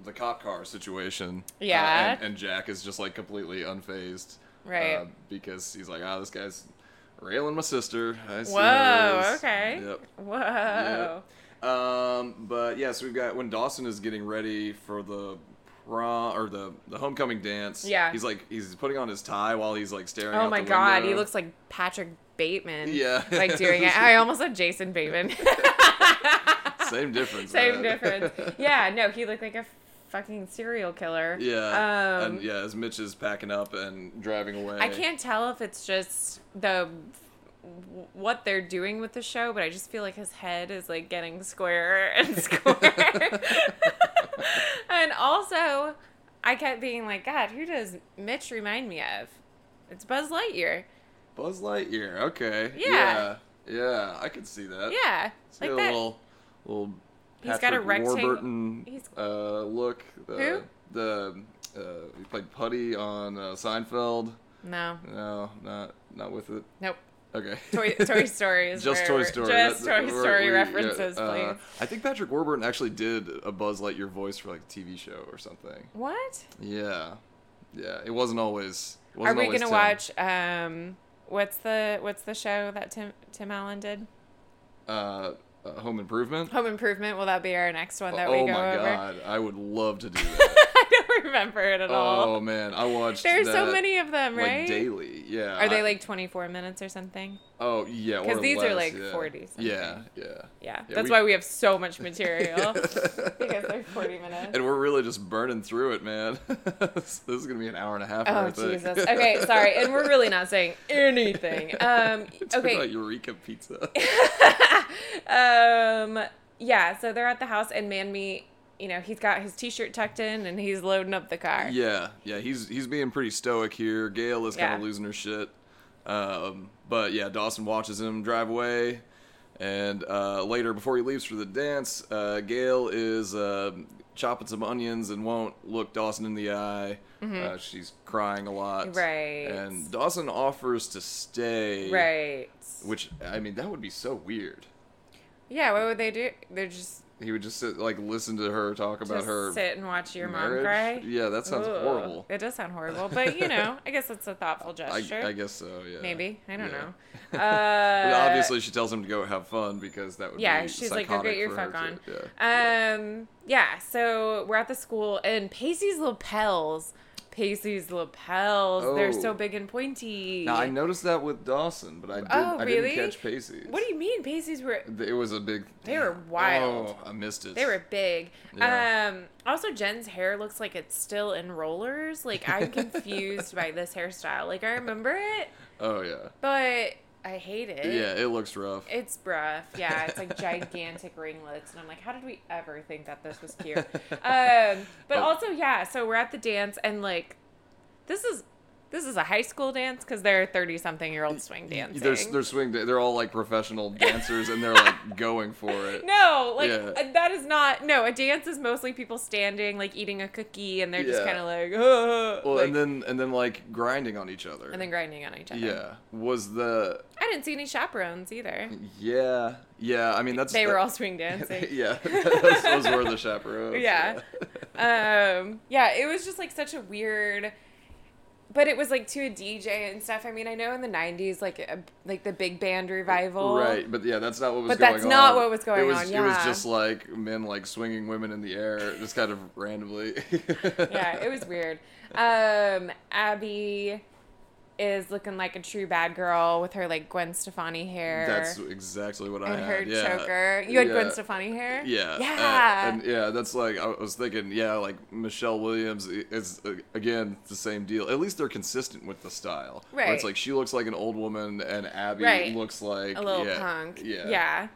A: the cop car situation. Uh,
B: Yeah.
A: and, and Jack is just like completely unfazed,
B: Right.
A: Uh, because he's like, ah, this guy's railing my sister. I see how it
B: Whoa,
A: is."
B: okay.
A: Yep.
B: Whoa.
A: Um, but yes, we've got when Dawson is getting ready for the prom or the the homecoming dance.
B: Yeah.
A: he's like he's putting on his tie while he's like staring.
B: Oh
A: out
B: my
A: the
B: god, he
A: window.
B: looks like Patrick Bateman.
A: Yeah.
B: Like doing it. I almost said Jason Bateman.
A: same difference.
B: Same
A: man.
B: difference. Yeah, no, he looked like a fucking serial killer.
A: yeah,
B: Um,
A: and yeah, as Mitch is packing up and driving away.
B: I can't tell if it's just the what they're doing with the show, but I just feel like his head is like getting squarer and squarer. and also, I kept being like, God, who does Mitch remind me of? It's Buzz Lightyear.
A: Buzz Lightyear. Okay.
B: Yeah.
A: Yeah, yeah, I could see that.
B: Yeah,
A: It's
B: like
A: got a
B: that.
A: little little.
B: He's got a
A: Patrick
B: rectangle-
A: Warburton
B: he's-
A: uh, look. The,
B: Who?
A: The uh, he played Putty on uh, Seinfeld.
B: No,
A: No, not not with it.
B: nope.
A: Okay.
B: Toy, Toy Story is
A: Just
B: where
A: Toy
B: we're-
A: Story.
B: Just
A: That-
B: Toy
A: we're-
B: Story
A: we- yeah,
B: references,
A: uh,
B: please.
A: I think Patrick Warburton actually did a Buzz Lightyear voice for like a TV show or something.
B: What?
A: Yeah, yeah. It wasn't always. It
B: Are
A: wasn't
B: we
A: always
B: gonna
A: Tim.
B: watch? Um, what's the what's the show that Tim Tim Allen did?
A: uh, uh, Home Improvement?
B: Home Improvement. Will that be our next one that
A: oh
B: we go
A: my
B: over?
A: god, I would love to do that.
B: I know don't remember it at all.
A: Oh man, I watched.
B: There's so
A: that,
B: many of them,
A: like
B: right?
A: daily. Yeah.
B: Are
A: I-
B: they like 24 minutes or something?
A: Oh yeah. Because
B: these are, like, 40 something.
A: Yeah, yeah.
B: Yeah.
A: Yeah,
B: That's
A: we-
B: why we have so much material because they're 40 minutes.
A: And we're really just burning through it, man. this this is gonna be an hour and a half.
B: Oh
A: hour thing.
B: Jesus. Okay, sorry. And we're really not saying anything. Um
A: Talk
B: okay.
A: about Eureka Pizza.
B: um yeah, so they're at the house and Manme, you know, he's got his t-shirt tucked in and he's loading up the car.
A: yeah, yeah. He's he's being pretty stoic here. Gail is kind of
B: Yeah.
A: losing her shit. Um, but yeah, Dawson watches him drive away. And uh, later, before he leaves for the dance, uh, Gail is uh, chopping some onions and won't look Dawson in the eye. Uh, she's crying a lot.
B: Mm-hmm. Right.
A: And Dawson offers to stay.
B: Right.
A: Which, I mean, that would be so weird.
B: Yeah, what would they do? They're just
A: He would just sit, like listen to her talk about
B: just
A: her
B: sit and watch your
A: marriage.
B: mom cry.
A: Yeah, that sounds
B: Ugh.
A: horrible.
B: It does sound horrible, but you know, I guess it's a thoughtful
A: I,
B: gesture.
A: I guess so. Yeah.
B: Maybe I don't
A: Yeah.
B: know.
A: But
B: Uh,
A: obviously, she tells him to go have fun because that would
B: yeah,
A: be
B: she's like, go
A: psychotic
B: get your
A: for her
B: fuck on.
A: to- yeah.
B: Um, yeah. So we're at the school, and Pacey's lapels, Pacey's lapels, they're
A: Oh.
B: so big and pointy.
A: Now I noticed that with Dawson, but I did.
B: Oh,
A: I
B: really?
A: didn't catch Pacey.
B: What do you mean, Pacey's were?
A: It was a big.
B: They were wild.
A: Oh, I missed it.
B: They were big.
A: Yeah.
B: Um, also, Jen's hair looks like it's still in rollers. Like I'm confused by this hairstyle. Like I remember it,
A: Oh yeah.
B: but I hate it.
A: Yeah, it looks rough.
B: It's rough. Yeah, it's like gigantic ringlets. And I'm like, how did we ever think that this was cute? Um, but
A: Oh.
B: also, yeah, so we're at the dance and like this is this is a high school dance because they're 30 something year old swing dancing.
A: They're, they're swing. They're all like professional dancers, and they're like going for it.
B: no, like
A: Yeah.
B: uh, that is not no, a dance is mostly people standing, like eating a cookie and they're just
A: Yeah.
B: kind of like, "Ugh,"
A: Well,
B: like-
A: and then and then like grinding on each other.
B: and then grinding on each other.
A: yeah, was the
B: I didn't see any chaperones either.
A: yeah yeah. I mean that's
B: They were
A: that-
B: all swing dancing.
A: yeah, those, those were the chaperones.
B: yeah. um, yeah, it was just like such a weird. But it was like to a DJ and stuff. I mean, I know in the '90s, like a, like the big band revival,
A: Right, but yeah, that's not what was
B: But
A: going on.
B: that's not what was going
A: it was,
B: on,
A: It was
B: yeah.
A: just like men like swinging women in the air, just kind of randomly.
B: Yeah, it was weird. Um, Abby is looking like a true bad girl with her like Gwen Stefani hair
A: That's exactly what I had.
B: and her
A: Uh, yeah.
B: choker. You had Gwen
A: Yeah.
B: Stefani hair.
A: Yeah,
B: yeah.
A: uh, and yeah, that's like I was thinking. Yeah, like Michelle Williams is uh, again the same deal. At least they're consistent with the style. Where
B: Right.
A: it's like she looks like an old woman, and Abby
B: Right.
A: looks like
B: a little
A: yeah,
B: punk.
A: Yeah,
B: Yeah.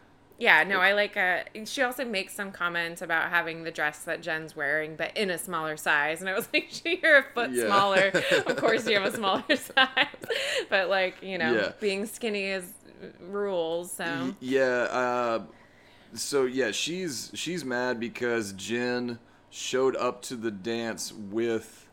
B: Yeah, no, I like a. She also makes some comments about having the dress that Jen's wearing, but in a smaller size. And I was like, she, you're a foot
A: Yeah.
B: smaller. Of course, you have a smaller size. But, like, you know,
A: Yeah.
B: being skinny is uh, rules. So,
A: Y- yeah. Uh, so yeah, she's she's mad because Jen showed up to the dance with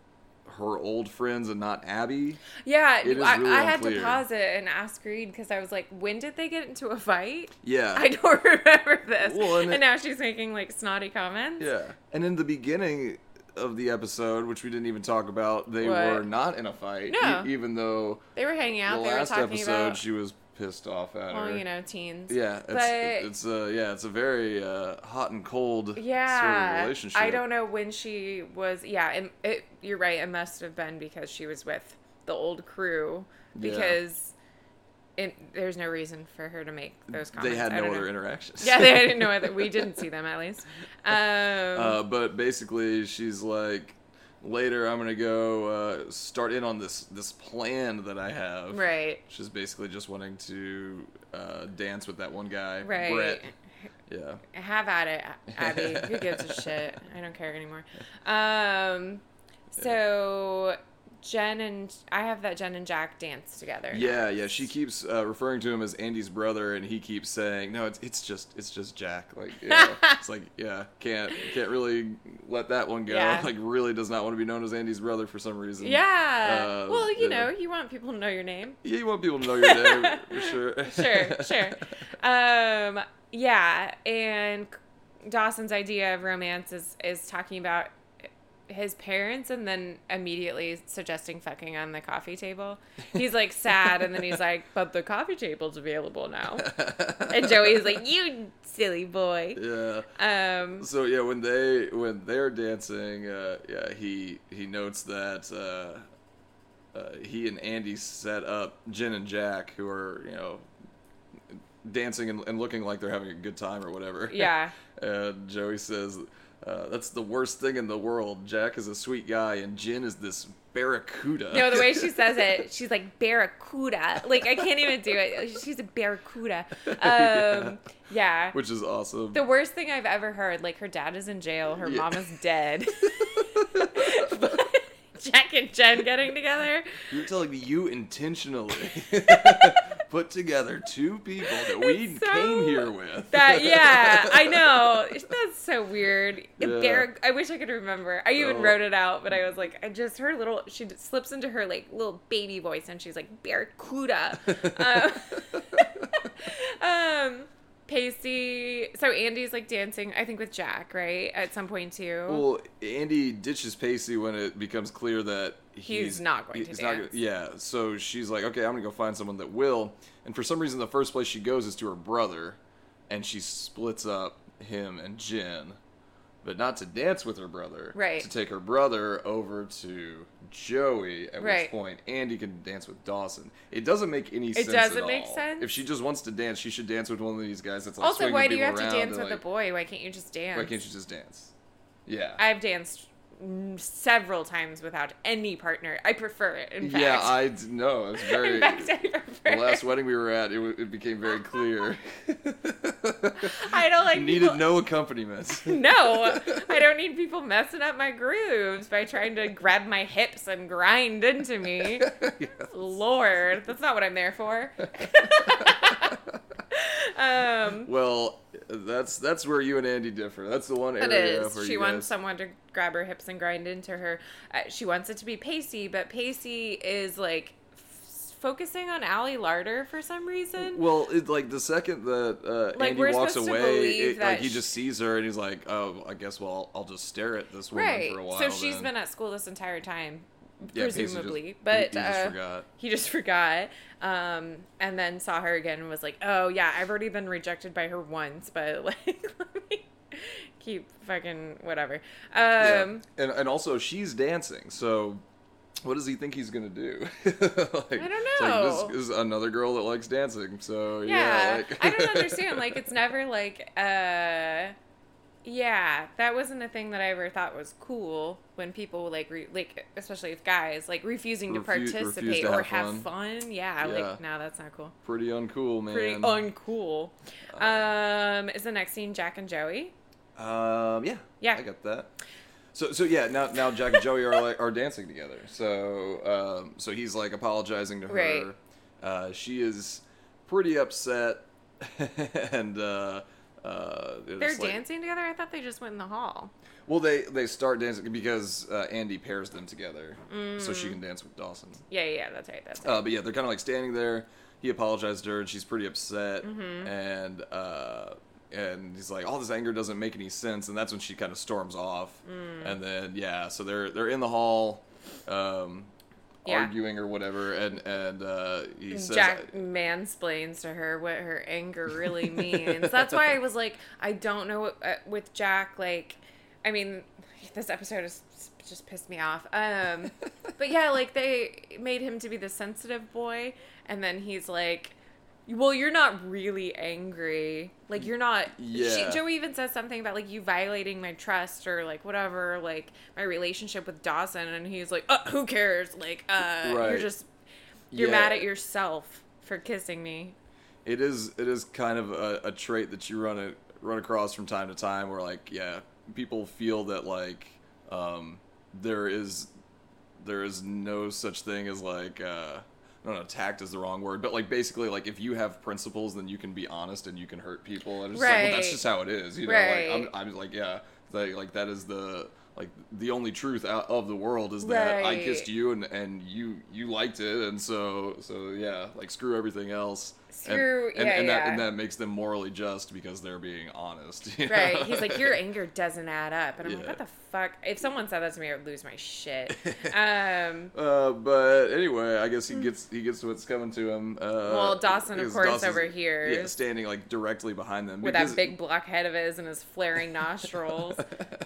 A: her old friends and not Abby.
B: yeah,
A: It is
B: I,
A: really
B: I had to
A: unclear.
B: pause it and ask Reed because I was like, when did they get into a fight?
A: Yeah.
B: I don't remember this.
A: Well, and
B: and,
A: it-
B: now she's making, like, snotty comments.
A: yeah. And in the beginning of the episode, which we didn't even talk about, they
B: What?
A: were not in a fight. e-
B: No.
A: even though
B: They were hanging out,
A: the
B: they were
A: last
B: talking
A: episode
B: about,
A: she was pissed off at
B: well,
A: her.
B: you know, teens.
A: Yeah, it's
B: But-
A: it's uh, yeah, it's a very uh, hot and cold
B: yeah
A: sort of relationship.
B: i don't know when she was yeah and it, you're right it must have been because she was with the old crew
A: Yeah.
B: because it, there's no reason for her to make those comments
A: They had
B: I
A: no
B: don't
A: other
B: know.
A: interactions.
B: yeah they didn't know that we didn't see them at least um
A: Uh, but basically, she's like, later I'm gonna go uh, start in on this this plan that I have.
B: Um, right
A: She's basically just wanting to uh, dance with that one guy,
B: right
A: Brett. Yeah.
B: have at it, Abby. Who gives a shit? I don't care anymore. Um, so Jen and I have that Jen and Jack dance together. now.
A: Yeah, yeah. She keeps uh, referring to him as Andy's brother, and he keeps saying, "No, it's it's just it's just Jack." Like, yeah. it's like, yeah, can't can't really let that one go.
B: Yeah.
A: Like, really does not want to be known as Andy's brother for some reason.
B: Yeah.
A: Uh,
B: well, you
A: yeah.
B: know, you want people to know your name.
A: Yeah, you want people to know your name for sure.
B: Sure, sure. Um, yeah, and Dawson's idea of romance is is talking about his parents and then immediately suggesting fucking on the coffee table. He's like sad and then he's like, but the coffee table's available now. And Joey's like, you silly boy.
A: Yeah.
B: Um,
A: So yeah, when they when they're dancing, uh, yeah, he he notes that uh, uh, he and Andy set up Jen and Jack, who are you know dancing and, and looking like they're having a good time or whatever.
B: Yeah.
A: and Joey says, uh, "That's the worst thing in the world. Jack is a sweet guy, and Jen is this barracuda."
B: No, the way she says it, she's like barracuda. Like I can't even do it. She's a barracuda. Um, yeah.
A: which is awesome.
B: The worst thing I've ever heard. Like her dad is in jail. Her
A: Yeah.
B: mom is dead. but Jack and Jen getting together.
A: You're telling me you intentionally put together two people that we
B: It's so-
A: came here with.
B: That yeah, I know. That's so weird.
A: Yeah.
B: Barra- I wish I could remember. I even
A: Oh.
B: wrote it out, but I was like, I just her little. She d- slips into her like little baby voice, and she's like barracuda. um, um, Pacey. So Andy's like dancing, I think, with Jack, right? At some point too.
A: Well, Andy ditches Pacey when it becomes clear that he's,
B: not going to dance.
A: gonna- yeah, so she's like, okay, I'm gonna go find someone that will. And for some reason, the first place she goes is to her brother, and she splits up him and Jen, but not to dance with her brother.
B: Right.
A: To take her brother over to Joey, at
B: Right.
A: which point Andy can dance with Dawson. It doesn't make any sense. at
B: doesn't make
A: all.
B: sense.
A: If she just wants to dance, she should dance with one of these guys that's like
B: also,
A: swinging
B: why do you
A: people
B: have to
A: around
B: dance
A: and,
B: with
A: like,
B: a boy? Why can't you just dance?
A: Why can't you just dance? Yeah.
B: I've danced mm, several times without any partner. I prefer it. In fact.
A: Yeah, I d- know. It's very.
B: In fact, I prefer.
A: the last
B: it.
A: wedding we were at, it, w- it became very clear.
B: I don't like
A: Needed
B: people-
A: no accompaniment.
B: No, I don't need people messing up my grooves by trying to grab my hips and grind into me. Lord, that's not what I'm there for. um,
A: Well, that's that's where you and Andy differ. That's the one
B: it
A: area where
B: is. She
A: you
B: wants
A: guys-
B: someone to grab her hips and grind into her. Uh, she wants it to be Pacey, but Pacey is like f- focusing on Allie Larder for some reason.
A: Well, it, like the second that uh,
B: Like,
A: Andy
B: we're
A: walks
B: supposed to
A: away,
B: believe
A: it, like
B: that
A: he
B: sh-
A: just sees her and he's like, "Oh, I guess well, I'll just stare at this woman
B: Right.
A: for a while."
B: so she's
A: then.
B: been at school this entire time,
A: Yeah, Pacey just-
B: presumably.
A: he-
B: but
A: he just
B: uh,
A: forgot.
B: He just forgot. Um, and then saw her again and was like, "Oh yeah, I've already been rejected by her once, but like, let me keep fucking whatever." Um,
A: Yeah. and and also she's dancing. So what does he think he's gonna do? like, I
B: don't know.
A: like, this is another girl that likes dancing. So yeah,
B: yeah,
A: like,
B: I don't understand. Like, it's never like, uh, yeah, that wasn't a thing that I ever thought was cool when people like, re- like, especially with guys, like refusing to
A: Refu- refuse to
B: participate
A: have
B: or have
A: fun.
B: fun.
A: Yeah.
B: Yeah, like, no, that's not cool.
A: pretty uncool,
B: Pretty
A: man.
B: uncool.
A: Uh,
B: Um, is the next scene Jack and Joey?
A: um, yeah,
B: Yeah.
A: I got that. So so yeah, now now Jack and Joey are like are dancing together. So um, so he's like apologizing to her.
B: Right.
A: Uh, she is pretty upset, and uh, uh,
B: They're
A: just, like-
B: dancing together. I thought they just went in the hall.
A: Well, they they start dancing because uh, Andy pairs them together,
B: Mm.
A: so she can dance with Dawson.
B: Yeah, yeah, yeah, that's right. That's right.
A: Uh, but yeah, they're kind of like standing there. He apologized to her, and she's pretty upset.
B: Mm-hmm.
A: And uh, and he's like, all this anger doesn't make any sense. And that's when she kind of storms off.
B: Mm.
A: And then yeah, so they're they're in the hall, um,
B: Yeah.
A: arguing or whatever. And and uh, he says,
B: Jack mansplains to her what her anger really means. that's why I was like, I don't know what, uh, with Jack. Like, I mean, this episode is just pissed me off. Um, but yeah, like they made him to be the sensitive boy, and then he's like. Well, you're not really angry. Like you're not.
A: Yeah.
B: She, Joey even says something about like you violating my trust or like whatever, like my relationship with Dawson, and he's like, uh, "Who cares? Like, uh, you're
A: Right.
B: just you're
A: Yeah.
B: mad at yourself for kissing me.
A: It is it is kind of a, a trait that you run a, run across from time to time, where like yeah, people feel that like um, there is there is no such thing as like uh, I don't know, tact is the wrong word, but like basically like if you have principles, then you can be honest and you can hurt people. And it's just like well, that's
B: Right.
A: just how it is, you know.
B: Right.
A: Like I'm, I'm like yeah, like like that is the like the only truth out of the world is that I
B: Right.
A: kissed you and and you you liked it and so so yeah like screw everything else And-
B: Screw-
A: and, and,
B: yeah,
A: that
B: yeah.
A: and that makes them morally just because they're being honest you
B: Right.
A: know?
B: He's like, your anger doesn't add up. And I'm
A: Yeah.
B: like, what the fuck? If someone said that to me, I would lose my shit. Um,
A: Uh, but anyway, I guess he gets he gets what's coming to him. Uh,
B: Well, Dawson, of
A: because
B: course,
A: Dawson's-
B: overhears.
A: Yeah, standing like directly behind them
B: with
A: because-
B: that big block head of his and his flaring nostrils.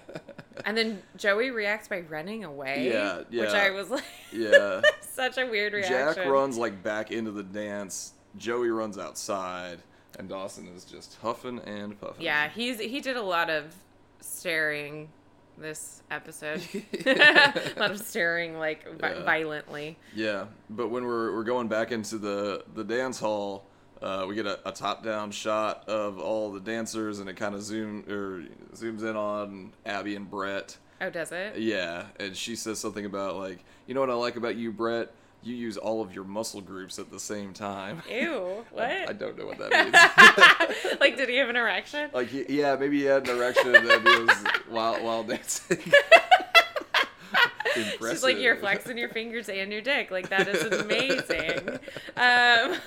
B: and then Joey reacts by running away.
A: Yeah,
B: Which
A: yeah.
B: I was like,
A: Yeah,
B: such a weird reaction.
A: Jack runs like back into the dance. Joey runs outside, and Dawson is just huffing and puffing.
B: Yeah, he's he did a lot of staring this episode. a lot of staring like vi-
A: Yeah.
B: violently.
A: Yeah, but when we're we're going back into the the dance hall, uh, we get a, a top down shot of all the dancers, and it kind of zoom or zooms in on Abby and Brett.
B: Oh, does it?
A: Yeah, and she says something about like, you know what I like about you, Brett? You use all of your muscle groups at the same time.
B: Ew. What?
A: I don't know what that means.
B: like, did he have an erection?
A: like, he, yeah, maybe he had an erection and he was while while dancing. Impressive.
B: She's like, you're flexing your fingers and your dick. Like, that is amazing. Um,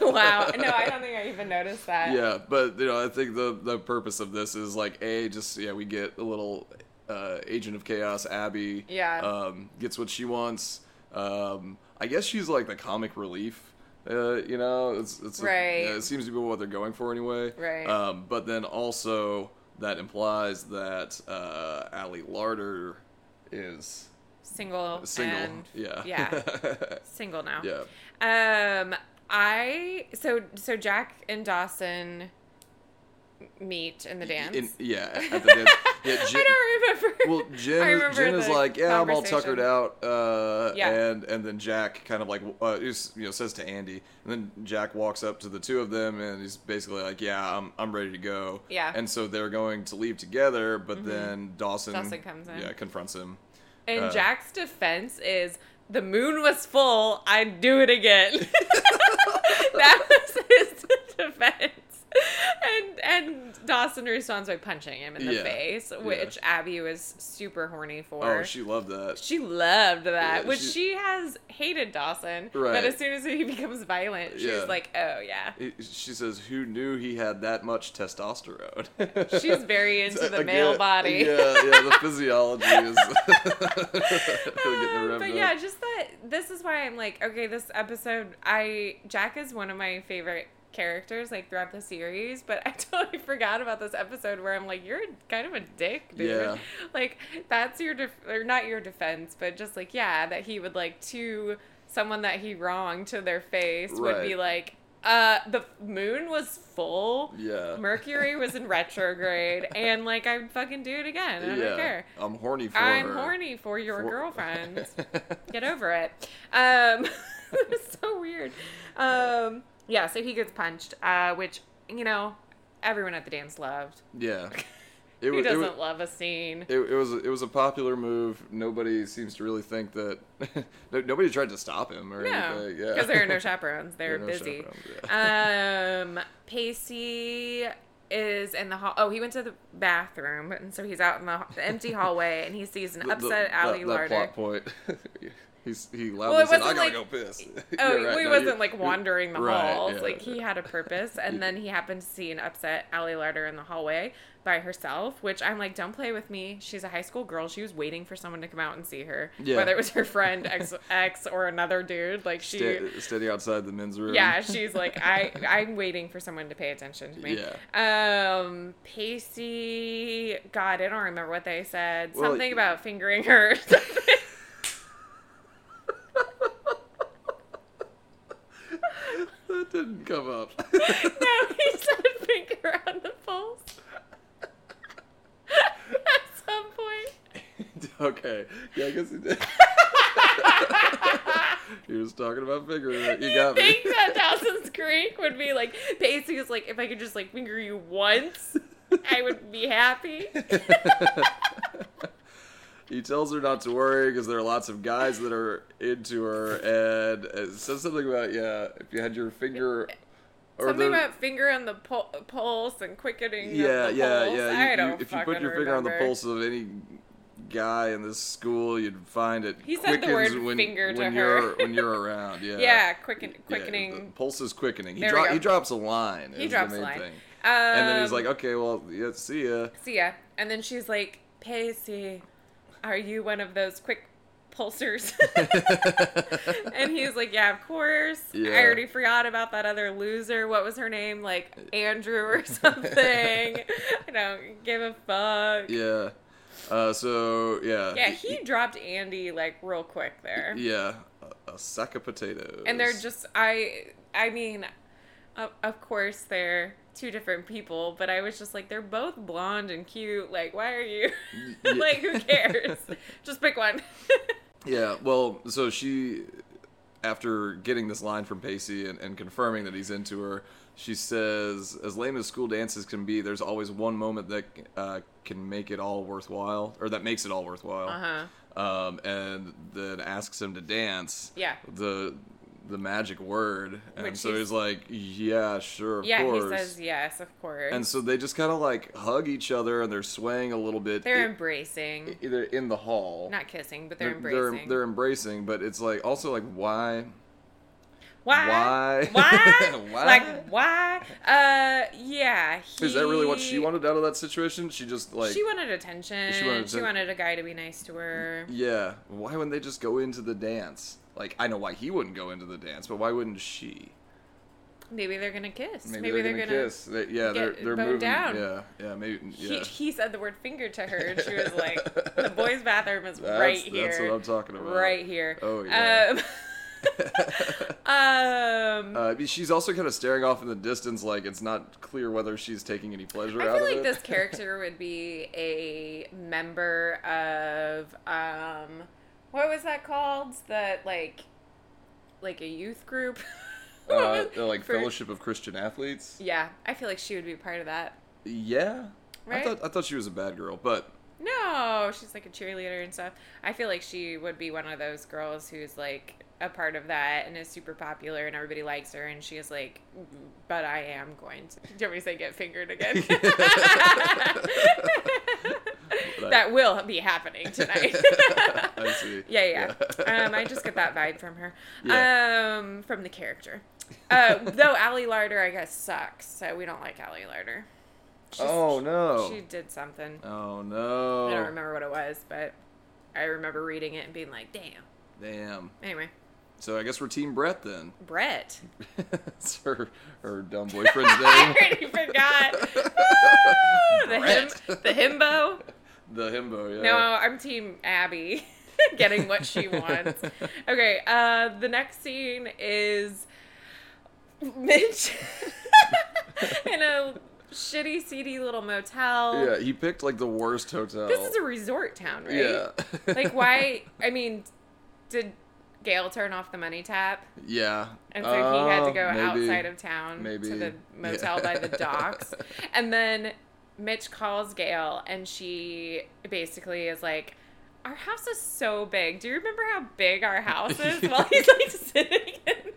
B: wow. No, I don't think I even noticed that.
A: Yeah, but you know, I think the the purpose of this is like a just yeah, we get a little uh, agent of chaos, Abby.
B: Yeah.
A: Um, gets what she wants. Um, I guess she's like the comic relief. Uh, you know, it's it's
B: Right.
A: yeah, it seems to be what they're going for anyway.
B: Right.
A: Um, but then also that implies that uh, Allie Larder is
B: Single.
A: single.
B: And,
A: yeah.
B: Yeah. Single now.
A: yeah.
B: Um, I so so Jack and Dawson meet in the dance.
A: In- yeah. At the dance. Yeah, Jen-
B: I don't remember.
A: Well,
B: I
A: Jen,
B: remember
A: Jen is
B: the
A: like, yeah, I'm all tuckered out,
B: conversation.
A: uh,
B: Yeah.
A: and and then Jack kind of like, uh, is- you know, says to Andy, and then Jack walks up to the two of them, and he's basically like, yeah, I'm I'm ready to go.
B: Yeah. Mm-hmm.
A: And so they're going to leave together, but then Dawson,
B: Dawson comes in.
A: yeah, confronts him.
B: And
A: Uh,
B: Jack's defense is the moon was full, I'd do it again. that was his defense. And and Dawson responds by punching him in the
A: Yeah,
B: face, which Abby was super horny for.
A: Oh, she loved that.
B: She loved that,
A: Yeah,
B: which
A: she-
B: she, has hated Dawson.
A: Right.
B: But as soon as he becomes violent, she's
A: Yeah.
B: like, "Oh yeah."
A: It- She says, "Who knew he had that much testosterone?"
B: She's very into the
A: Again,
B: male body.
A: Yeah, yeah. The physiology is.
B: Um, but yeah, just that. This is why I'm like, okay, this episode, I Jack is one of my favorite characters like throughout the series, but I totally forgot about this episode where I'm like, you're kind of a dick, dude.
A: Yeah.
B: Like that's your def- or not your defense, but just like yeah, that he would like to someone that he wronged to their face would be
A: Right.
B: like. Uh, the moon was full.
A: Yeah.
B: Mercury was in retrograde, and like I'd fucking do it again. I don't care.
A: I'm horny for
B: I'm
A: her.
B: horny for your
A: For-
B: girlfriend. Get over it. Um, it was so weird. Um, yeah, so he gets punched, uh, which you know everyone at the dance loved.
A: yeah. It
B: Who
A: was, it,
B: doesn't
A: was,
B: love a scene?
A: it, it was it was a popular move. Nobody seems to really think that. no, nobody tried to stop him or
B: No,
A: anything. Yeah.
B: because there are no chaperones.
A: There
B: They're
A: are no
B: busy.
A: chaperones,
B: Um, Pacey is in the hall. Oh, he went to the bathroom, and so he's out in the h- the empty hallway, and he sees an
A: The- the-
B: upset
A: that-
B: Allie
A: that,
B: Larder.
A: plot point. He's, he loudly
B: Well, it
A: said, "I
B: wasn't
A: gotta
B: like-
A: go piss."
B: Oh,
A: Yeah, right,
B: we
A: no,
B: wasn't
A: you're-
B: like
A: you're-
B: wandering the
A: right,
B: halls.
A: yeah.
B: like he had a purpose, and then he happened to see an upset Allie Larder in the hallway by herself. Which I'm like, don't play with me. She's a high school girl. She was waiting for someone to come out and see her,
A: Yeah.
B: whether it was her friend, ex, ex, or another dude. Like she,
A: Sta- steady outside the men's room.
B: yeah, she's like, I, I'm waiting for someone to pay attention to me. Um, Pacey, God, I don't remember what they said.
A: Well,
B: something
A: y-
B: about fingering her. or something.
A: that didn't come up.
B: no, he said finger on the pulse. At some point.
A: okay, yeah, I guess he did. You're just talking about figuring You got me.
B: think that Dawson's Creek would be like Pacey is like if I could just like finger you once, I would be happy.
A: He tells her not to worry because there are lots of guys that are into her, and it says something about yeah, if you had your finger. Or
B: Something
A: the-
B: about finger on the pul- pulse and quickening. of
A: yeah,
B: the
A: yeah,
B: pulse.
A: yeah. You-
B: I
A: you-
B: don't.
A: if you put
B: fucking
A: your finger on the
B: remember.
A: pulse of any guy in this school. You'd find it.
B: He said the
A: quickens
B: word
A: when,
B: finger to
A: when
B: her.
A: you're when you're around. Yeah.
B: yeah, quicken,
A: Yeah,
B: quickening.
A: the pulse is quickening. He,
B: There we
A: dro-
B: go.
A: he drops a line.
B: He
A: is
B: drops
A: the
B: a
A: main
B: line.
A: Thing.
B: Um,
A: And then he's like, "Oh." okay, well, yeah, see ya.
B: So yeah, and then she's like, Pacey, are you one of those quick pulsers? and he's like, Yeah, of course.
A: Yeah.
B: I already forgot about that other loser. What was her name? Like Andrew or something. I don't give a fuck. Yeah,
A: yeah. Uh, so yeah.
B: he dropped Andy like real quick there.
A: Yeah, a, a sack of potatoes.
B: And they're just I I mean, of, of course they're two different people, but I was just like they're both blonde and cute. Like why are you
A: Yeah.
B: like who cares? just pick one.
A: Yeah, well, so she, after getting this line from Pacey and, and confirming that he's into her, she says, as lame as school dances can be, there's always one moment that uh, can make it all worthwhile, or that makes it all worthwhile.
B: Uh-huh.
A: Um, and then asks him to dance.
B: Yeah.
A: The the magic word. And
B: Which
A: so
B: he's-
A: he's like, yeah, sure, of
B: yeah,
A: course.
B: he says yes, of course.
A: and so they just kind of like hug each other and they're swaying a little bit.
B: they're
A: e-
B: embracing,
A: either in the hall
B: not kissing, but they're,
A: they're
B: embracing.
A: they're embracing, but it's like also like why
B: why?
A: why?
B: Why?
A: Why?
B: Like why? Uh, yeah.
A: is that really what she
B: he-
A: wanted out of that situation? She just like
B: she wanted attention.
A: She
B: She
A: wanted
B: wanted,
A: atten-
B: a guy to be nice to her.
A: yeah. Why wouldn't they just go into the dance? Like I know why he wouldn't go into the dance, but why wouldn't she?
B: Maybe they're gonna kiss.
A: Maybe, they're, gonna, kiss. They- yeah, they're
B: get
A: they're
B: boned
A: moving.
B: down.
A: Yeah, yeah, maybe.
B: He,
A: Yeah,
B: he said the word finger to her, and she was like, "The boys' bathroom is
A: That's-
B: right
A: that's
B: here.
A: what I'm talking about.
B: Right here.
A: Oh, yeah.
B: Um, um,
A: uh, I mean, she's also kind of staring off in the distance, like it's not clear whether she's taking any pleasure
B: I
A: out of
B: feel like
A: it. Uh,
B: this character would be a member of um, what was that called? That like, like a youth group.
A: uh, they're like
B: For-
A: Fellowship of Christian Athletes.
B: Yeah, I feel like she would be part of that.
A: Yeah, I
B: Right?
A: thought I thought she was a bad girl, but
B: No, she's like a cheerleader and stuff. I feel like she would be one of those girls who's like a part of that and is super popular and everybody likes her and she is like, but I am going to. Do you want me to say get fingered again? that will be happening tonight.
A: I see.
B: Yeah, yeah. Um, I just get that vibe from her.
A: Yeah.
B: Um, from the character. Uh, though Allie Larder, I guess, sucks. So we don't like Allie Larder. She's-
A: oh no.
B: She did something.
A: Oh no.
B: I don't remember what it was, but I remember reading it and being like, damn.
A: Damn.
B: Anyway,
A: So I guess we're Team Brett then.
B: Brett.
A: That's her her dumb boyfriend's
B: I
A: name.
B: already forgot. Woo! the, him,
A: Brett.
B: the himbo.
A: the himbo, yeah.
B: No, I'm Team Abby. Getting what she wants. Okay, uh, the next scene is Mitch in a shitty, seedy little motel.
A: Yeah, he picked like the worst hotel.
B: This is a resort town, right?
A: Yeah.
B: like, why? I mean, did Gail turn off the money tap?
A: Yeah.
B: And so he had to
A: Oh,
B: go
A: maybe.
B: outside of town
A: Maybe.
B: to the motel by the
A: Yeah.
B: docks. And then Mitch calls Gail and she basically is like, Our house is so big. Do you remember how big our house is? While he's like sitting in this.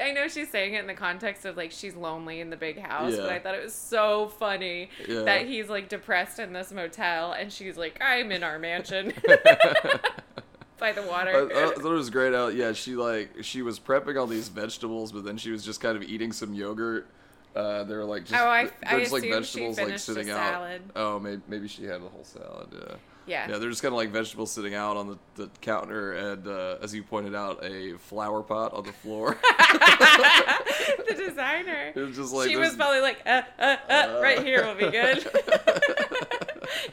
B: I know she's saying it in the context of like she's lonely in the big house, but
A: Yeah.
B: I thought it was so funny
A: Yeah.
B: that he's like depressed in this motel and she's like, I'm in our mansion by the water.
A: I, I thought it was great out. Yeah, she like she was prepping all these vegetables, but then she was just kind of eating some yogurt. Uh, they were like just,
B: Oh, I-
A: they're
B: I
A: just like
B: assume she
A: vegetables like
B: finished a
A: sitting out.
B: salad.
A: Oh, maybe, maybe she had a whole salad. Yeah.
B: Yeah.
A: Yeah, they're just kind of like vegetables sitting out on the, the counter, and uh, as you pointed out, a flower pot on the floor.
B: the designer.
A: It was just like
B: she
A: this-
B: was probably like, uh, uh, uh,
A: Uh.
B: right here will be good.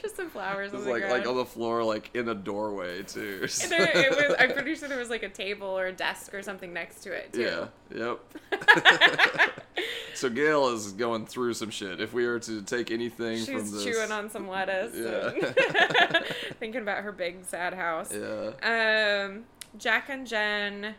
B: Just some flowers
A: just
B: on the
A: like
B: ground.
A: like on the floor, like in a doorway too.
B: And there, it was, I'm pretty sure there was like a table or a desk or something next to it too.
A: Yeah. Yep. so Gail is going through some shit. If we are to take anything
B: She's
A: from this,
B: chewing on some lettuce. and
A: Yeah.
B: thinking about her big sad house.
A: yeah,
B: Um, Jack and Jen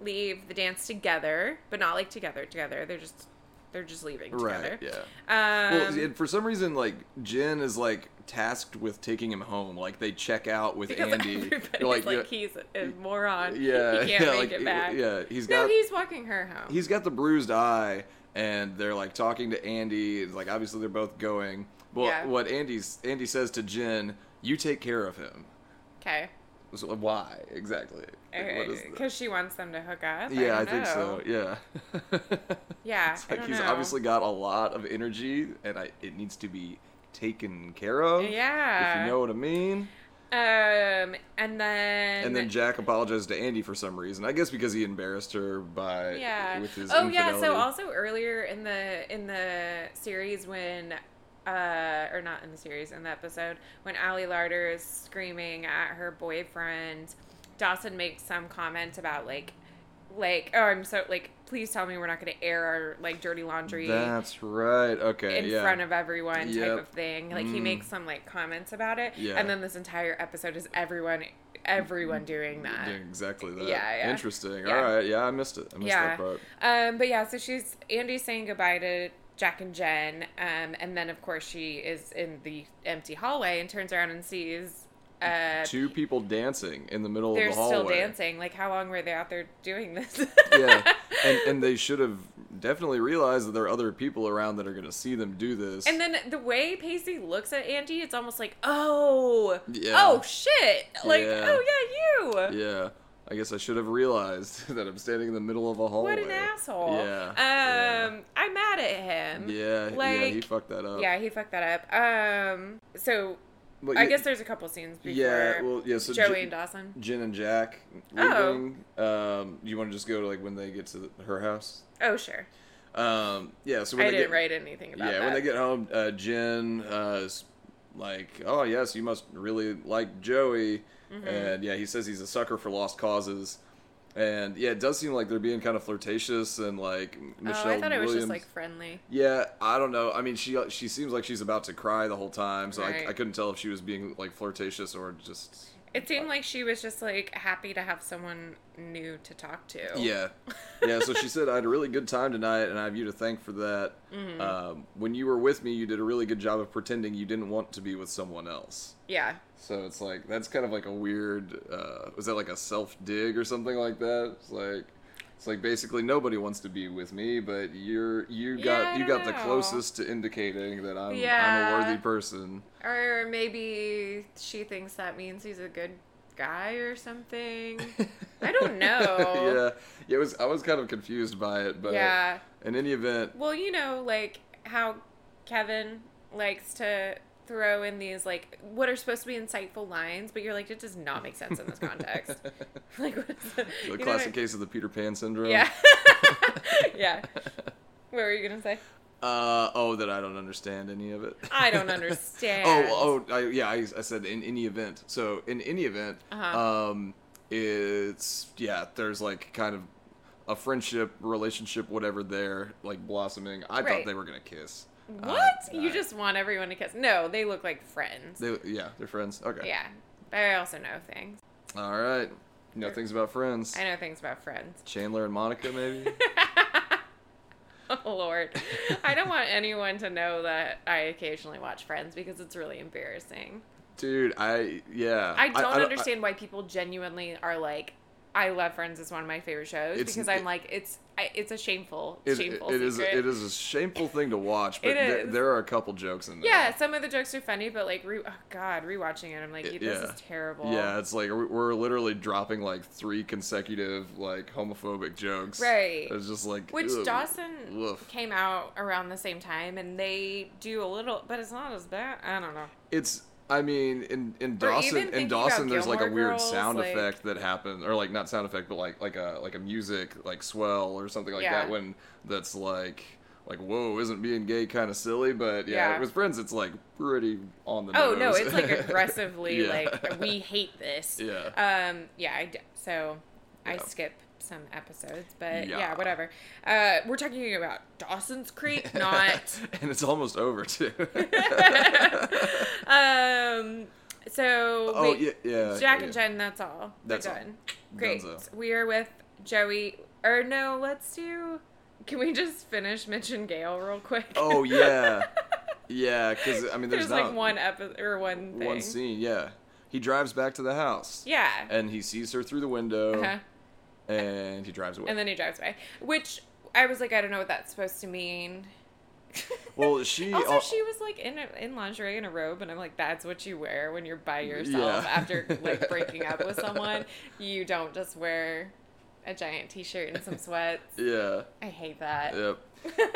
B: leave the dance together, but not like together together. They're just they're just leaving
A: right.
B: together.
A: Yeah.
B: Um,
A: well, and for some reason, like Jen is like tasked with taking him home. Like they check out with
B: because
A: Andy.
B: everybody's
A: They're
B: like,
A: yeah,
B: he's a moron.
A: yeah,
B: he can't
A: yeah,
B: make
A: like,
B: it back.
A: Yeah, he's
B: No,
A: got
B: he's walking her home.
A: he's got the bruised eye and they're like talking to andy it's like obviously they're both going well
B: Yeah.
A: what andy's andy says to jen you take care of him
B: Okay.
A: So why exactly? Like, what is that?
B: Because she wants them to hook up.
A: Yeah, I,
B: Eh, don't
A: think so.
B: know.
A: Yeah.
B: Yeah,
A: it's
B: I
A: like
B: don't
A: he's
B: know.
A: obviously got a lot of energy, and I, it needs to be taken care of.
B: Yeah.
A: If you know what I mean.
B: Um, and then
A: And then Jack apologized to Andy for some reason. I guess because he embarrassed her by
B: yeah.
A: with his
B: oh yeah.
A: infidelity.
B: So also earlier in the in the series when. Uh, or not in the series, in the episode, when Allie Larder is screaming at her boyfriend, Dawson makes some comment about like, like, oh, I'm so like, please tell me we're not going to air our like dirty laundry
A: That's right. Okay.
B: in
A: yeah.
B: front of everyone
A: Yep.
B: type of thing. Like he
A: Mm.
B: makes some like comments about it,
A: Yeah.
B: and then this entire episode is everyone, everyone doing
A: Mm,
B: that.
A: Doing exactly that.
B: Yeah, yeah.
A: Interesting.
B: Yeah.
A: All right. Yeah, I missed it. I missed that
B: Yeah.
A: part.
B: Um, but yeah, so she's Andy's saying goodbye to Jack and Jen, um, and then of course she is in the empty hallway and turns around and sees uh,
A: Two people dancing in the middle
B: they're
A: of the hallway.
B: still dancing. Like how long were they out there doing this?
A: yeah, and and they should have definitely realized that there are other people around that are going to see them do this.
B: And then the way Pacey looks at Andy, it's almost like, oh,
A: Yeah.
B: oh shit, like,
A: Yeah.
B: oh yeah, you.
A: Yeah. I guess I should have realized that I'm standing in the middle of a hallway.
B: What an asshole.
A: Yeah.
B: Um, I'm mad at him.
A: yeah. Yeah, yeah,
B: Like,
A: he fucked that up.
B: yeah, he fucked that up. Um, so
A: But
B: I
A: yeah,
B: guess there's a couple scenes before
A: Yeah, well, yeah, so
B: Joey
A: J-
B: and Dawson.
A: Jin and Jack
B: Oh.
A: leaving. Um, you want to just go to like when they get to the, her house?
B: Oh, sure.
A: Um, yeah. So
B: I
A: when
B: didn't
A: they get,
B: write anything about
A: yeah,
B: that.
A: when they get home, uh, Jen uh, is like, "Oh yes, you must really like Joey,"
B: Mm-hmm.
A: and yeah, he says he's a sucker for lost causes, and yeah, it does seem like they're being kind of flirtatious and like Michelle
B: oh, I thought it was
A: Williams.
B: just like friendly.
A: Yeah, I don't know. I mean, she uh, she seems like she's about to cry the whole time, so
B: Right.
A: I, I couldn't tell if she was being like flirtatious or just
B: It seemed like she was just like happy to have someone new to talk to.
A: yeah, yeah. So she said, "I had a really good time tonight, and I have you to thank for that.
B: Mm-hmm.
A: Um, when you were with me, you did a really good job of pretending you didn't want to be with someone else."
B: Yeah.
A: So it's like that's kind of like a weird. Uh, was that like a self dig or something like that? It's like it's like basically nobody wants to be with me, but you're you
B: Yeah,
A: got
B: I
A: you
B: don't
A: got the
B: know.
A: closest to indicating that I'm I'm
B: Yeah.
A: a worthy person.
B: Or maybe she thinks that means he's a good guy or something. I don't know.
A: yeah, yeah. It was I was kind of confused by it, but
B: Yeah.
A: In any event,
B: Well, you know, like how Kevin likes to throw in these like what are supposed to be insightful lines, but you're like, it does not make sense in this context. like, what is the,
A: the classic case of the Peter Pan syndrome.
B: Yeah. yeah. What were you gonna say?
A: Uh, oh, that I don't understand any of it.
B: I don't understand.
A: Oh, oh, I, yeah. I, I said in any event. So in any event,
B: Uh-huh.
A: um, it's yeah. There's like kind of a friendship, relationship, whatever. There, like blossoming. I thought
B: Right.
A: they were gonna kiss. Uh,
B: What? you
A: I-
B: just want everyone to kiss? No, they look like friends.
A: They, yeah, they're friends. Okay.
B: yeah, but I also know things.
A: All right. You know things about friends.
B: I know things about friends.
A: Chandler and Monica, maybe.
B: Oh Lord, I don't want anyone to know that I occasionally watch Friends because it's really embarrassing.
A: Dude, I yeah.
B: I don't
A: I-
B: understand why people genuinely are like, "I love Friends is one of my favorite shows,"
A: It's-
B: because I'm like, it's I, it's a shameful,
A: It,
B: shameful
A: it is
B: secret.
A: it is a shameful thing to watch, but
B: It
A: there,
B: is.
A: there are a couple jokes in there.
B: Yeah, some of the jokes are funny, but like, re- oh God, rewatching it, I'm like,
A: It-
B: this
A: yeah.
B: is terrible.
A: Yeah, it's like we're- we're literally dropping like three consecutive like homophobic jokes.
B: Right.
A: It's just like
B: Which
A: ugh,
B: Dawson
A: woof.
B: came out around the same time, and they do a little, but it's not as bad. I don't know.
A: It's I mean in in
B: Or even
A: Dawson in
B: thinking
A: Dawson
B: about
A: there's like a
B: Gilmore
A: weird
B: Girls,
A: sound
B: like-
A: effect that happens or like not sound effect but like like a like a music like swell or something like
B: Yeah.
A: that when that's like like whoa isn't being gay kind of silly but yeah,
B: Yeah.
A: with friends it's like pretty on the
B: Oh
A: nose.
B: no, it's like aggressively
A: Yeah.
B: like we hate this.
A: Yeah.
B: Um. Yeah. I d- so I
A: Yeah.
B: skip some episodes, but yeah,
A: Yeah.
B: whatever. Uh, we're talking about Dawson's Creek, not.
A: and it's almost over too.
B: um. So.
A: oh
B: wait,
A: yeah, yeah.
B: Jack
A: yeah.
B: and Jen. That's all. We're
A: That's all.
B: done. Great.
A: Dunzo.
B: We are with Joey. Or no, let's do. Can we just finish Mitch and Gail real quick?
A: Oh yeah, yeah. Because I mean, there's,
B: There's like
A: not
B: one episode or one thing.
A: one scene. Yeah, he drives back to the house.
B: Yeah.
A: and he sees her through the window,
B: Uh-huh.
A: and he drives away.
B: And then he drives away. Which I was like, I don't know what that's supposed to mean.
A: Well, she
B: Also,
A: al-
B: she was like in a, in lingerie and a robe, and I'm like, that's what you wear when you're by yourself
A: Yeah.
B: after like breaking up with someone. You don't just wear a giant t-shirt and some sweats.
A: yeah.
B: I hate that.
A: Yep.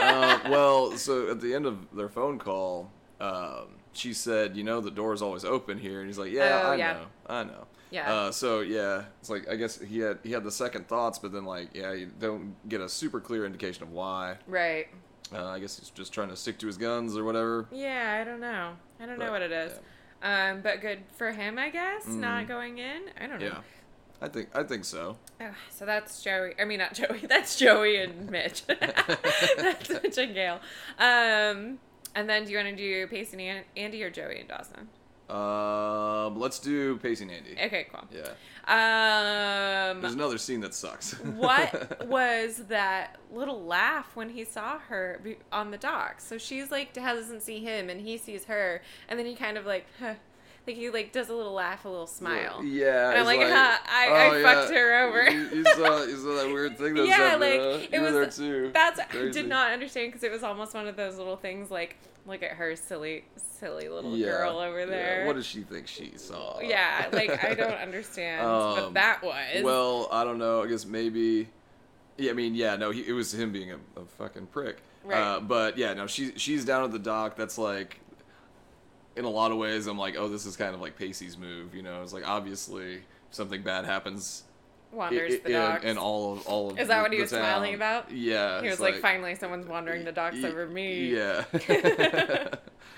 A: uh, well, so at the end of their phone call, um, she said, "You know, the door's always open here," and he's like, "Yeah,
B: Oh,
A: I
B: yeah.
A: know, I know."
B: Yeah.
A: Uh, so yeah, it's like I guess he had he had the second thoughts, but then like yeah, you don't get a super clear indication of why.
B: Right.
A: Uh, I guess he's just trying to stick to his guns or whatever.
B: Yeah, I don't know. I don't know
A: But, Mm.
B: what it is. Um, but good for him, I guess, not going in. I don't know.
A: Yeah, I think I think so.
B: Oh, so that's Joey. I mean, not Joey. That's Joey and Mitch. that's Mitch and Gail. Um, and then do you want to do Pace and An- Andy or Joey and Dawson?
A: Um, let's do Pacey and Andy.
B: Okay, cool.
A: Yeah, there's
B: Um,
A: another scene that sucks.
B: what was that little laugh when he saw her be- on the dock? So she's like doesn't see him, and he sees her, and then he kind of like, huh, like he like does a little laugh, a little smile.
A: Yeah,
B: And
A: it's
B: I'm like, "Huh, I- I
A: oh,
B: fucked her over."
A: You, you saw, you saw that weird thing that was
B: yeah,
A: happening,
B: like
A: huh?
B: it
A: You
B: was.
A: were there too.
B: That's I
A: Crazy.
B: did not understand because it was almost one of those little things like, look at her silly, silly little
A: Yeah,
B: girl over
A: yeah.
B: there.
A: What does she think she saw?
B: Yeah, like I don't understand
A: Um,
B: what that was.
A: well, I don't know. I guess maybe. Yeah, I mean, yeah, no, he, it was him being a, a fucking prick.
B: Right.
A: Uh, but yeah, no, she she's down at the dock. That's like, in a lot of ways, I'm like, oh, this is kind of like Pacey's move. You know, it's like obviously if something bad happens. i-
B: wanders
A: i-
B: the dogs.
A: in, in all of all of
B: Is that
A: the-
B: what he
A: the
B: was smiling
A: town.
B: about?
A: Yeah,
B: he
A: it's
B: was like, finally, someone's wandering the docks
A: Y-
B: over me.
A: Yeah.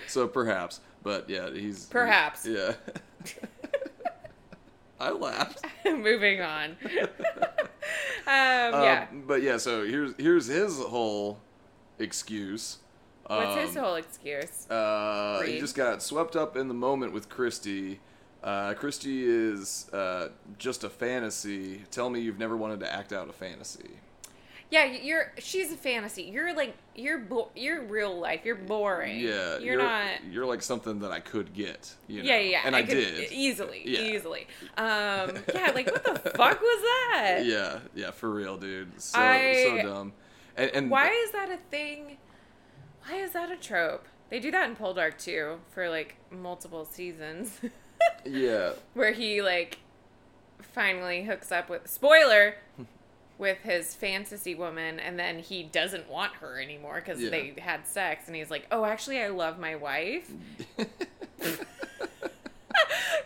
A: so perhaps, but yeah, he's
B: Perhaps.
A: yeah. I laughed.
B: Moving on. um, yeah.
A: Um, but yeah, so here's here's his whole excuse.
B: What's his
A: Um,
B: whole excuse?
A: Uh, he
B: Read.
A: just got swept up in the moment with Christy. Uh, Christy is uh, just a fantasy. Tell me you've never wanted to act out a fantasy.
B: Yeah, you're. She's a fantasy. You're like you're. Bo- you're real life. You're boring.
A: Yeah,
B: You're, not.
A: You're like something that I could get. You know?
B: Yeah, yeah.
A: And I,
B: could-
A: did.
B: easily,
A: Yeah.
B: easily. Um, yeah, like what the fuck was that?
A: Yeah, yeah, for real, dude. So
B: I-
A: so dumb. And, and
B: Why is that a thing? Why is that a trope? They do that in Poldark too for like multiple seasons,
A: Yeah,
B: where he like finally hooks up with spoiler with his fantasy woman, and then he doesn't want her anymore because
A: Yeah.
B: they had sex, and he's like, "Oh, actually, I love my wife."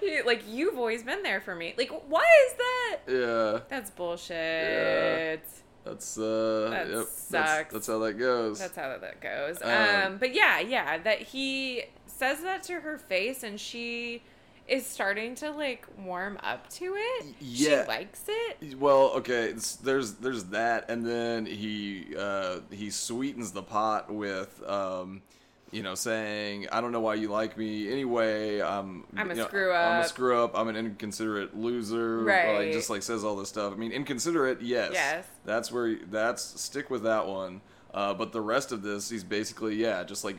B: He- like you've always been there for me. Like, why is that?
A: yeah.
B: That's bullshit.
A: That's uh.
B: That
A: yep, That's,
B: sucks.
A: that's how that goes.
B: That's how that goes.
A: Um,
B: Um, but yeah, yeah, that he says that to her face, and she is starting to like warm up to it.
A: yeah.
B: she likes it.
A: well, okay. It's, there's there's that, and then he uh he sweetens the pot with um. You know, saying I don't know why you like me anyway. I'm
B: I'm a
A: you know,
B: screw
A: I'm a
B: up."
A: screw up. I'm an inconsiderate loser. Like
B: Right.
A: just like says all this stuff. I mean, inconsiderate. Yes.
B: Yes.
A: That's where you- that's stick with that one. Uh, but the rest of this, he's basically yeah, just like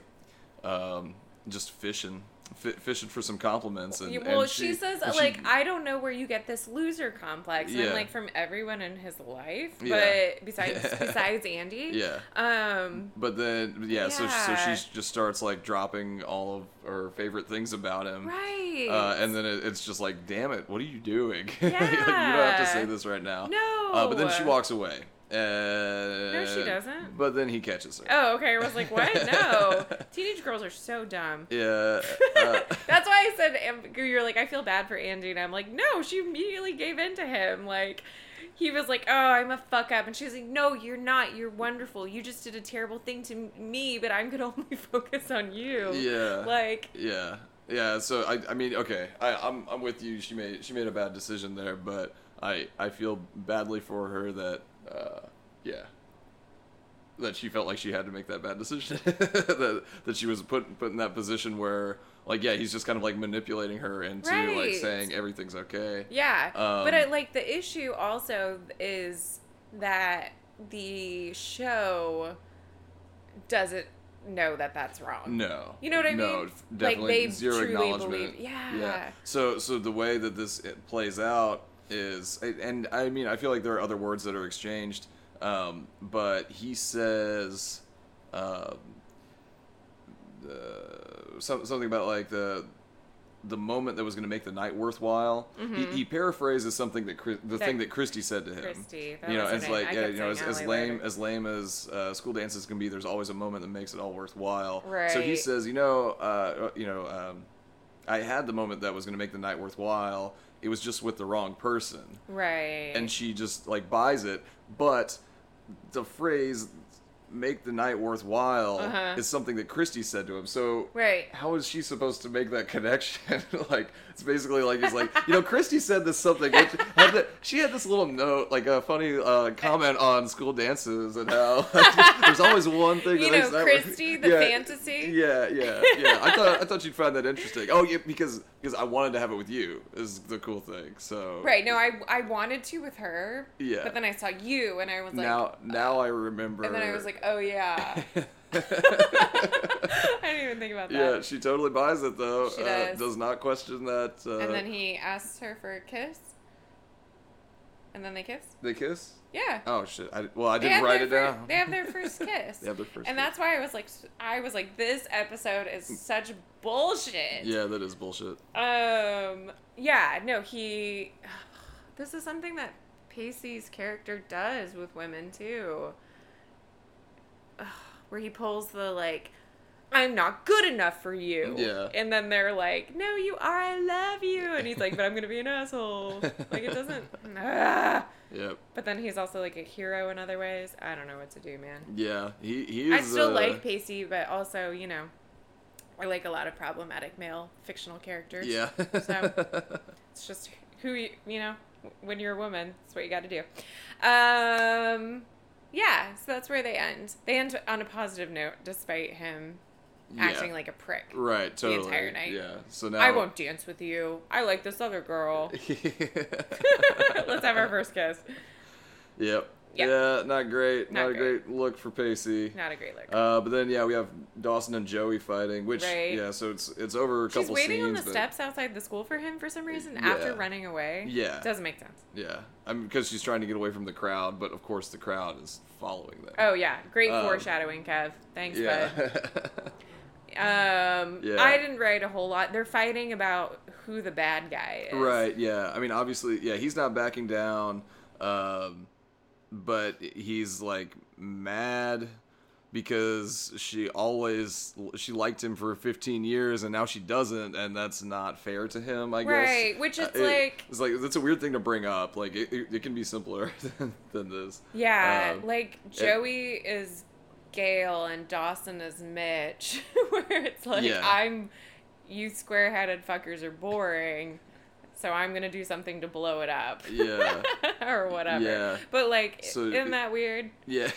A: um, just fishing, fi fishing for some compliments. And
B: You- well,
A: and
B: she, says
A: and she-
B: like, "I don't know where you get this loser complex," and
A: Yeah.
B: I'm like, "From everyone in his life,
A: Yeah.
B: but besides
A: Yeah.
B: besides Andy,
A: Yeah.
B: um,
A: But then, yeah, so so
B: Yeah.
A: she just starts like dropping all of her favorite things about him,
B: right,
A: Uh, and then it, it's just like, damn it, what are you doing? Like, you don't have to say
B: Yeah.
A: this right now.
B: No.
A: Uh, but then she walks away. Uh, no,
B: she doesn't.
A: But then he catches her.
B: oh, okay." I was like, "What? No, teenage girls are so dumb."
A: Yeah. uh,
B: That's why I said am- you're like I feel bad for Andy, and I'm like, no, she immediately gave in to him. Like he was like, oh, I'm a fuck up, and she's like, no, you're not. You're wonderful. You just did a terrible thing to m- me, but I'm gonna only focus on you.
A: Yeah.
B: Like
A: Yeah, yeah. So I, I mean, okay, I, I'm, I'm with you. She made, she made a bad decision there, but I, I feel badly for her that, uh, yeah, that she felt like she had to make that bad decision, that, that she was put, put in that position where, like, yeah, he's just kind of like manipulating her into like
B: Right.
A: saying everything's okay.
B: Yeah. but
A: Um,
B: I, like the issue also is that the show doesn't know that that's wrong.
A: No.
B: You know what I
A: No,
B: mean?
A: f-
B: Like,
A: definitely
B: they
A: zero
B: truly
A: acknowledgement.
B: believe- yeah.
A: So so the way that this it plays out is and I mean I feel like there are other words that are exchanged um, but he says um, uh, some, something about like the the moment that was going to make the night worthwhile. He, he paraphrases something that Chris, the
B: Mm-hmm. That-
A: thing that Christie said to him.
B: Christie, that
A: you know,
B: was her
A: as
B: name. I
A: like yeah,
B: kept
A: you know, as,
B: saying
A: as
B: Ally
A: lame
B: later.
A: as lame as uh, school dances can be, there's always a moment that makes it all worthwhile. So he
B: Right.
A: says, you know, uh, you know, um, I had the moment that was going to make the night worthwhile. It was just with the wrong person
B: Right.
A: and she just like buys it. But the phrase "make the night worthwhile"
B: Uh-huh.
A: is something that Christie said to him. So
B: Right.
A: how is she supposed to make that connection? like it's basically like he's like you know Christie said this something. Which had the, she had this little note like a funny uh, comment on school dances and how there's always one thing.
B: You
A: that makes
B: know,
A: that worth-
B: Christie, the fantasy?
A: Yeah, yeah, yeah. I thought I thought you'd find that interesting. Oh yeah, because because I wanted to have it with you is the cool thing. So
B: Right. No, I I wanted to with her.
A: Yeah.
B: But then I saw you, and I was like,
A: now now I remember.
B: and then I was like, oh yeah. I didn't even think about
A: yeah,
B: that.
A: she totally buys it though.
B: She
A: Uh,
B: does.
A: does not question that. Uh,
B: and then he asks her for a kiss, and then they kiss.
A: they kiss.
B: Yeah.
A: Oh shit! I, well, I
B: They
A: didn't
B: have
A: write
B: their
A: it
B: fir-
A: down.
B: They have their first kiss.
A: They have their first
B: And
A: kiss. Mm.
B: that's why I was like, I was like, this episode is such bullshit.
A: yeah, that is bullshit.
B: Um. Yeah. No. He. This is something that Pacey's character does with women too, Ugh, where he pulls the like, "I'm not good enough for you."
A: Yeah.
B: And then they're like, "No, you are. I love you." And he's like, "But I'm gonna be an asshole." like it doesn't. Ah.
A: Yep.
B: But then he's also like a hero in other ways. I don't know what to do, man.
A: Yeah. He he
B: I
A: is,
B: still
A: uh,
B: like Pacey, but also you know, I like a lot of problematic male fictional characters.
A: Yeah.
B: So- It's just who you, you know, when you're a woman, that's what you got to do. Um, yeah, so that's where they end. They end on a positive note, despite him
A: Yeah.
B: acting like a prick.
A: right. Totally.
B: entire night.
A: Yeah. So now
B: I won't dance with you. I like this other girl. Let's have our first kiss.
A: Yep.
B: Yeah.
A: Yeah. Not great. Not,
B: Not
A: a
B: great.
A: great look for Pacey.
B: Not a great look.
A: Uh, but then yeah, we have Dawson and Joey fighting, which
B: Right.
A: yeah, so it's it's over a
B: She's
A: couple
B: waiting on
A: scenes.
B: the
A: but-
B: steps outside the school for him for some reason
A: Yeah.
B: after running away.
A: Yeah.
B: Doesn't make sense.
A: Yeah, I mean because she's trying to get away from the crowd, but of course the crowd is following them.
B: Oh, yeah. Great
A: Um,
B: foreshadowing, Kev. Thanks,
A: yeah,
B: bud. Um,
A: Yeah.
B: I didn't write a whole lot. They're fighting about who the bad guy is.
A: right. Yeah, I mean obviously, yeah, he's not backing down, um, but he's like mad because she always she liked him for 15 years and now she doesn't and that's not fair to him i guess
B: Right, which it's
A: Uh, it-
B: like-
A: it's like that's a weird thing to bring up like it, it, it can be simpler than, than this
B: Yeah,
A: Um,
B: like Joey is Gail and Dawson is Mitch, where it's like
A: Yeah.
B: I'm you square-headed fuckers are boring, so I'm gonna do something to blow it up.
A: yeah
B: or whatever.
A: Yeah.
B: But like
A: So-
B: isn't that weird?
A: Yeah.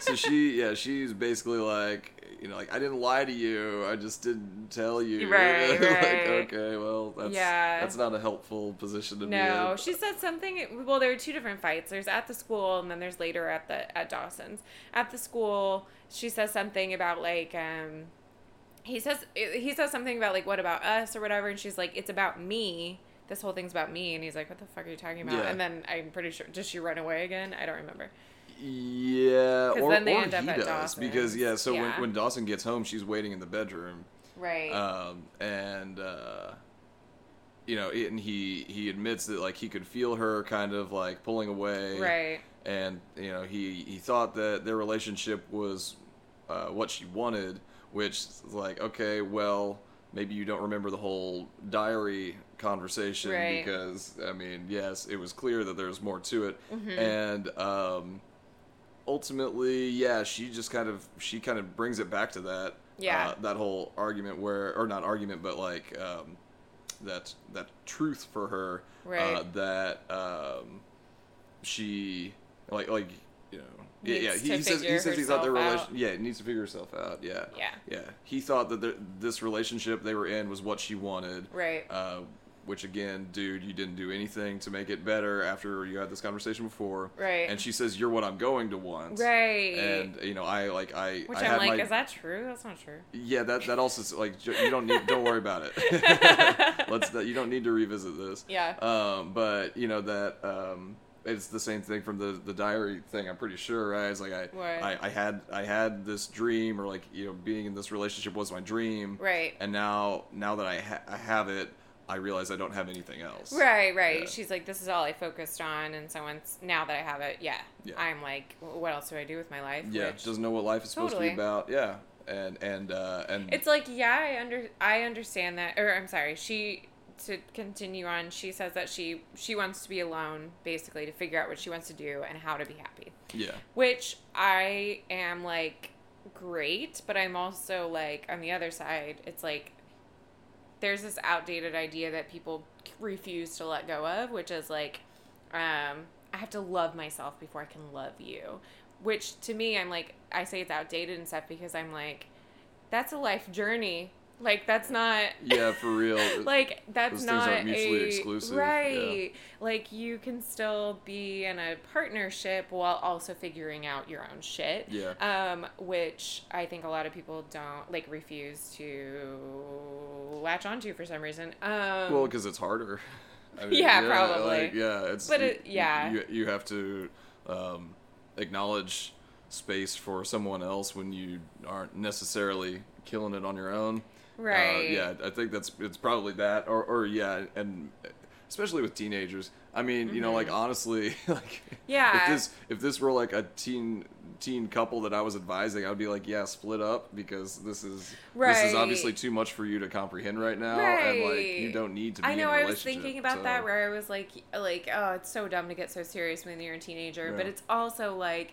A: so she, yeah, she's basically like, you know, like I didn't lie to you. I just didn't tell you.
B: Right,
A: like,
B: right.
A: okay, well, that's
B: Yeah.
A: that's not a helpful position to be in.
B: No, she said something. Well, there are two different fights. There's at the school, and then there's later at the at Dawson's. At the school, she says something about like um, he says he says something about like what about us or whatever, and she's like it's about me. This whole thing's about me, and he's like, "What the fuck are you talking about?"
A: Yeah.
B: And then I'm pretty sure does she run away again? I don't remember.
A: Yeah,
B: 'Cause
A: or,
B: then they
A: or
B: end up
A: he
B: at
A: does
B: Dawson's.
A: because yeah. So
B: Yeah.
A: when when Dawson gets home, she's waiting in the bedroom,
B: Right.
A: um, and uh, you know, it, and he he admits that like he could feel her kind of like pulling away,
B: right.
A: and you know he he thought that their relationship was uh, what she wanted, which is like okay, well maybe you don't remember the whole diary conversation
B: Right.
A: because I mean yes, it was clear that there was more to it,
B: Mm-hmm.
A: and um, ultimately yeah, she just kind of she kind of brings it back to that
B: Yeah.
A: uh, that whole argument where or not argument but like. Um, that that truth for her uh,
B: Right.
A: that um, she like like you know yeah, yeah
B: Needs
A: he,
B: to
A: he says he
B: figure
A: says he thought their
B: herself
A: relation
B: out.
A: yeah needs to figure herself out yeah
B: Yeah.
A: yeah he thought that the, this relationship they were in was what she wanted
B: Right.
A: uh, which again dude you didn't do anything to make it better after you had this conversation before
B: Right.
A: and she says you're what I'm going to want
B: Right.
A: and you know I like I
B: Which
A: I
B: I'm
A: had
B: like,
A: my-
B: is that true? That's not true.
A: yeah, that that also s- like ju- you don't need don't worry about it. Let's you don't need to revisit this.
B: Yeah.
A: Um, but you know that um, it's the same thing from the the diary thing. I'm pretty sure, right? It's like I,
B: Right.
A: I I had I had this dream, or like you know, being in this relationship was my dream,
B: Right.
A: And now now that I ha- I have it, I realize I don't have anything else,
B: Right, right.
A: Yeah.
B: She's like, this is all I focused on, and so once now that I have it, yeah,
A: Yeah.
B: I'm like, "Wh- what else do I do with my life?
A: Yeah,
B: Which-
A: doesn't know what life is supposed to
B: Totally.
A: be about. Yeah, and and uh, and
B: it's like, yeah, I under, I understand that, or I'm sorry, she to continue on. She says that she she wants to be alone, basically, to figure out what she wants to do and how to be happy.
A: yeah,
B: Which I am like great, but I'm also like on the other side, it's like there's this outdated idea that people refuse to let go of, which is like um I have to love myself before I can love you. Which to me I'm like I say it's outdated and stuff because I'm like that's a life journey. Like that's not
A: yeah, for real.
B: like that's
A: those things
B: not
A: aren't mutually
B: a,
A: exclusive, yeah.
B: right like you can still be in a partnership while also figuring out your own shit
A: Yeah.
B: um which i think a lot of people don't like refuse to latch onto for some reason um
A: Well, because it's harder. I mean,
B: Yeah, probably.
A: Like, yeah, it's.
B: But
A: you-
B: it- yeah.
A: You, you have to um, acknowledge space for someone else when you aren't necessarily killing it on your own. Uh,
B: right
A: yeah, I think that's it's probably that, or or yeah, and especially with teenagers. I mean, you know, like
B: Mm-hmm.
A: honestly, like
B: Yeah.
A: if this if this were like a teen teen couple that I was advising, I would be like, yeah, split up because this is this is obviously
B: Right.
A: too much for you to comprehend right now, and like you
B: Right.
A: don't need to. Be
B: I
A: In
B: know.
A: a
B: I was
A: relationship,
B: thinking about
A: so-
B: that where I was like, like, oh, it's so dumb to get so serious when you're a teenager, but
A: Yeah.
B: it's also like,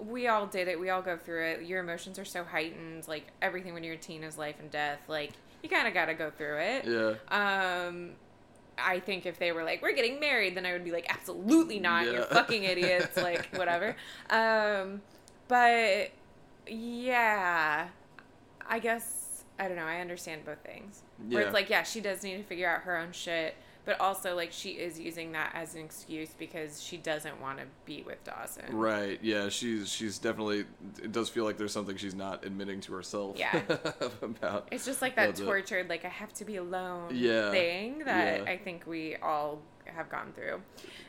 B: we all did it. We all go through it. Your emotions are so heightened. Like everything when you're a teen is life and death. Like you kind of got to go through it.
A: Yeah.
B: Um, I think if they were like, we're getting married, then I would be like, absolutely not. You're
A: Yeah.
B: fucking idiots. like whatever. Um, but yeah, I guess I don't know. I understand both things. Where
A: Yeah.
B: it's like, yeah, she does need to figure out her own shit, but also like she is using that as an excuse because she doesn't want to be with Dawson.
A: Right. Yeah. She's she's definitely. It does feel like there's something she's not admitting to herself.
B: Yeah.
A: about.
B: It's just like that
A: That's it.
B: tortured, like I have to be alone
A: Yeah.
B: thing that
A: Yeah.
B: I think we all have gone through.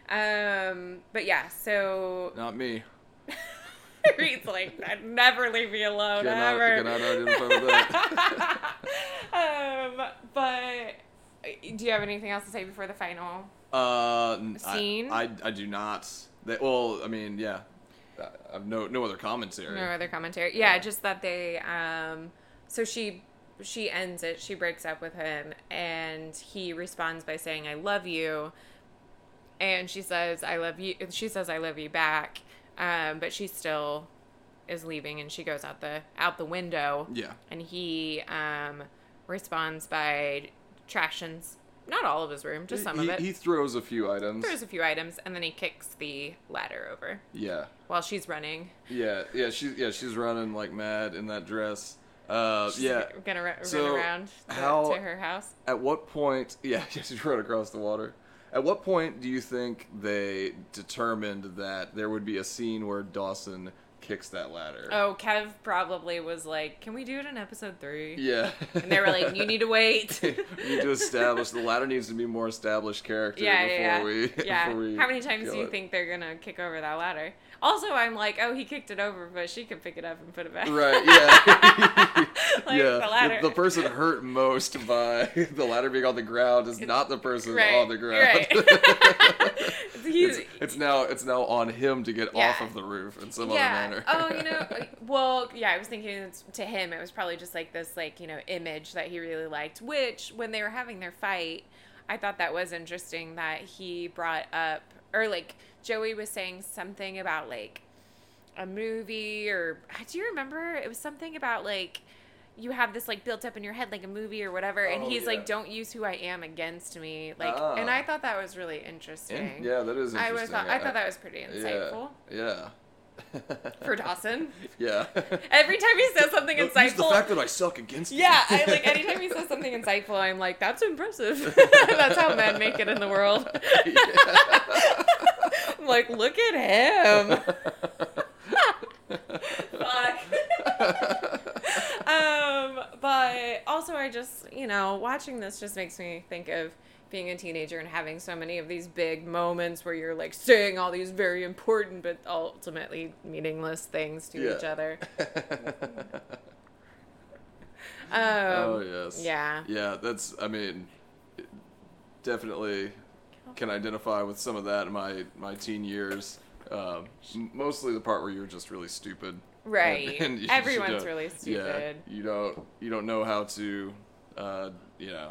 B: Um, but yeah, so
A: Not me.
B: Reed's like, "I'd never leave me alone
A: Cannot,
B: ever.
A: cannot identify with that.
B: um, but uh, do you have anything else to say before the final?
A: Uh, n- I-
B: Scene?
A: I, I, do not. They, well, I mean, yeah. Uh, I- I've no no other commentary.
B: No other commentary. Yeah, just that they. Um, so she she ends it. She breaks up with him, and he responds by saying, "I love you," and she says, "I love you." She says, "I love you back," um, but she still is leaving, and she goes out the out the window.
A: Yeah.
B: and he um, responds by trashing s- not all of his room, just some
A: he,
B: of it.
A: He throws a few items.
B: throws a few items, and then he kicks the ladder over
A: Yeah.
B: while she's running.
A: Yeah. Yeah. She's yeah. She's running like mad in that dress. Uh,
B: She's
A: yeah.
B: like, gonna run,
A: So,
B: run around the-
A: how-
B: to her house.
A: At what point? Yeah, yes, you run across the water. At what point do you think they determined that there would be a scene where Dawson kicks that ladder?
B: Oh, Kev probably was like, "Can we do it in episode three?
A: yeah.
B: And they were like, "You need to wait."
A: we need to establish the ladder needs to be more established character
B: yeah,
A: before
B: yeah, yeah.
A: we.
B: yeah.
A: before we
B: How many times
A: kill
B: do you
A: it.
B: think they're gonna kick over that ladder? Also, I'm like, "Oh, he kicked it over, but she could pick it up and put it back."
A: Right. Yeah.
B: like
A: yeah.
B: the ladder.
A: The, person hurt most by the ladder being on the ground is not the person
B: right.
A: on the ground.
B: Right. He's-
A: it's, it's now it's now on him to get off
B: Yeah.
A: of the roof in some
B: yeah.
A: other manner.
B: oh, you know, like, well, yeah, I was thinking it's, to him, it was probably just like this, like, you know, image that he really liked, which when they were having their fight, I thought that was interesting that he brought up, or like Joey was saying something about like a movie, or do you remember? It was something about like, you have this like built up in your head like a movie or whatever and
A: Oh,
B: he's
A: yeah.
B: like don't use who i am against me like
A: Ah.
B: and i thought that was really interesting
A: yeah, that is interesting.
B: I was thought, I thought that was pretty insightful
A: Yeah.
B: for Dawson.
A: yeah.
B: Every time he says something
A: Use the fact
B: insightful,
A: that I suck against. you.
B: yeah, I like anytime he says something insightful, I'm like, that's impressive. that's how men make it in the world. I'm like, look at him. Fuck. um, but also I just you know, watching this just makes me think of being a teenager and having so many of these big moments where you're like saying all these very important but ultimately meaningless things to
A: Yeah.
B: each other. Um,
A: oh yes.
B: yeah.
A: Yeah, that's. I mean, it- definitely can identify with some of that in my my teen years. Um, m- mostly the part where you're just really stupid.
B: Right.
A: you- you
B: Everyone's
A: don't-
B: really stupid.
A: Yeah, you don't you don't know how to, uh, you know,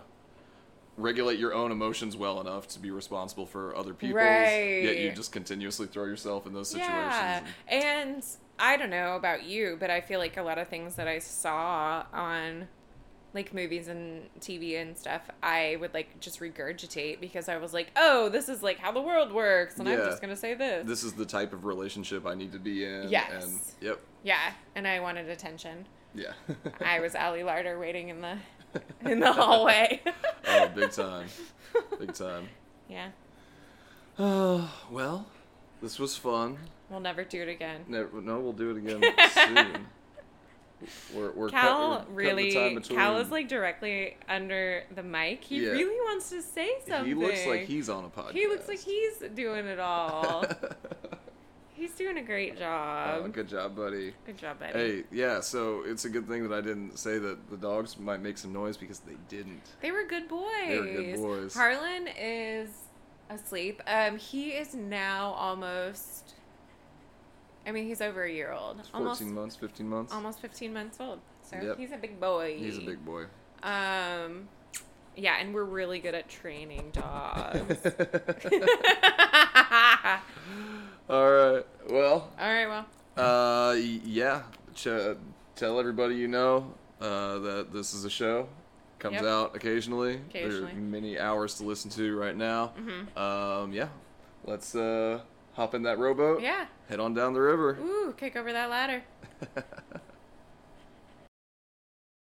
A: regulate your own emotions well enough to be responsible for other people's. Yet you
B: Right.
A: just continuously throw yourself in those situations.
B: Yeah.
A: and-
B: And I don't know about you, but I feel like a lot of things that I saw on like movies and TV and stuff, I would like just regurgitate because I was like, oh, this is like how the world works. And I'm
A: Yeah.
B: just going to say this.
A: This is the type of relationship I need to be in.
B: Yes.
A: And, yep.
B: Yeah. And I wanted attention.
A: Yeah.
B: I was Allie Larder waiting in the in the hallway.
A: oh, big time. Big time.
B: yeah.
A: Uh, well, this was fun.
B: We'll never do it again.
A: Never, no, we'll do it again soon. We're, we're cut- we're cutting
B: Cal
A: the
B: really
A: time between-
B: Cal is like directly under the mic. He
A: Yeah.
B: really wants to say something.
A: He looks like he's on a podcast.
B: He looks like he's doing it all. he's doing a great job.
A: Oh,
B: good.
A: good job, buddy.
B: job, buddy.
A: Hey, yeah. So it's a good thing that I didn't say that the dogs might make some noise because they didn't.
B: They were good boys.
A: were good boys.
B: Harlan is asleep. Um, he is now almost. I mean, he's over a year old.
A: It's 14
B: almost,
A: months, 15 months.
B: almost 15 months old. So
A: Yep.
B: he's a big boy.
A: He's a big boy.
B: Um, yeah, and we're really good at training dogs.
A: All right. Well,
B: All right, well,
A: Uh, y- yeah. Ch- tell everybody you know uh, that this is a show. Comes
B: Yep.
A: out occasionally.
B: Occasionally. Mm-hmm.
A: There are many hours to listen to right now. Um, yeah. Let's uh, hop in that rowboat.
B: yeah.
A: Head on down the river.
B: Ooh, kick over that ladder.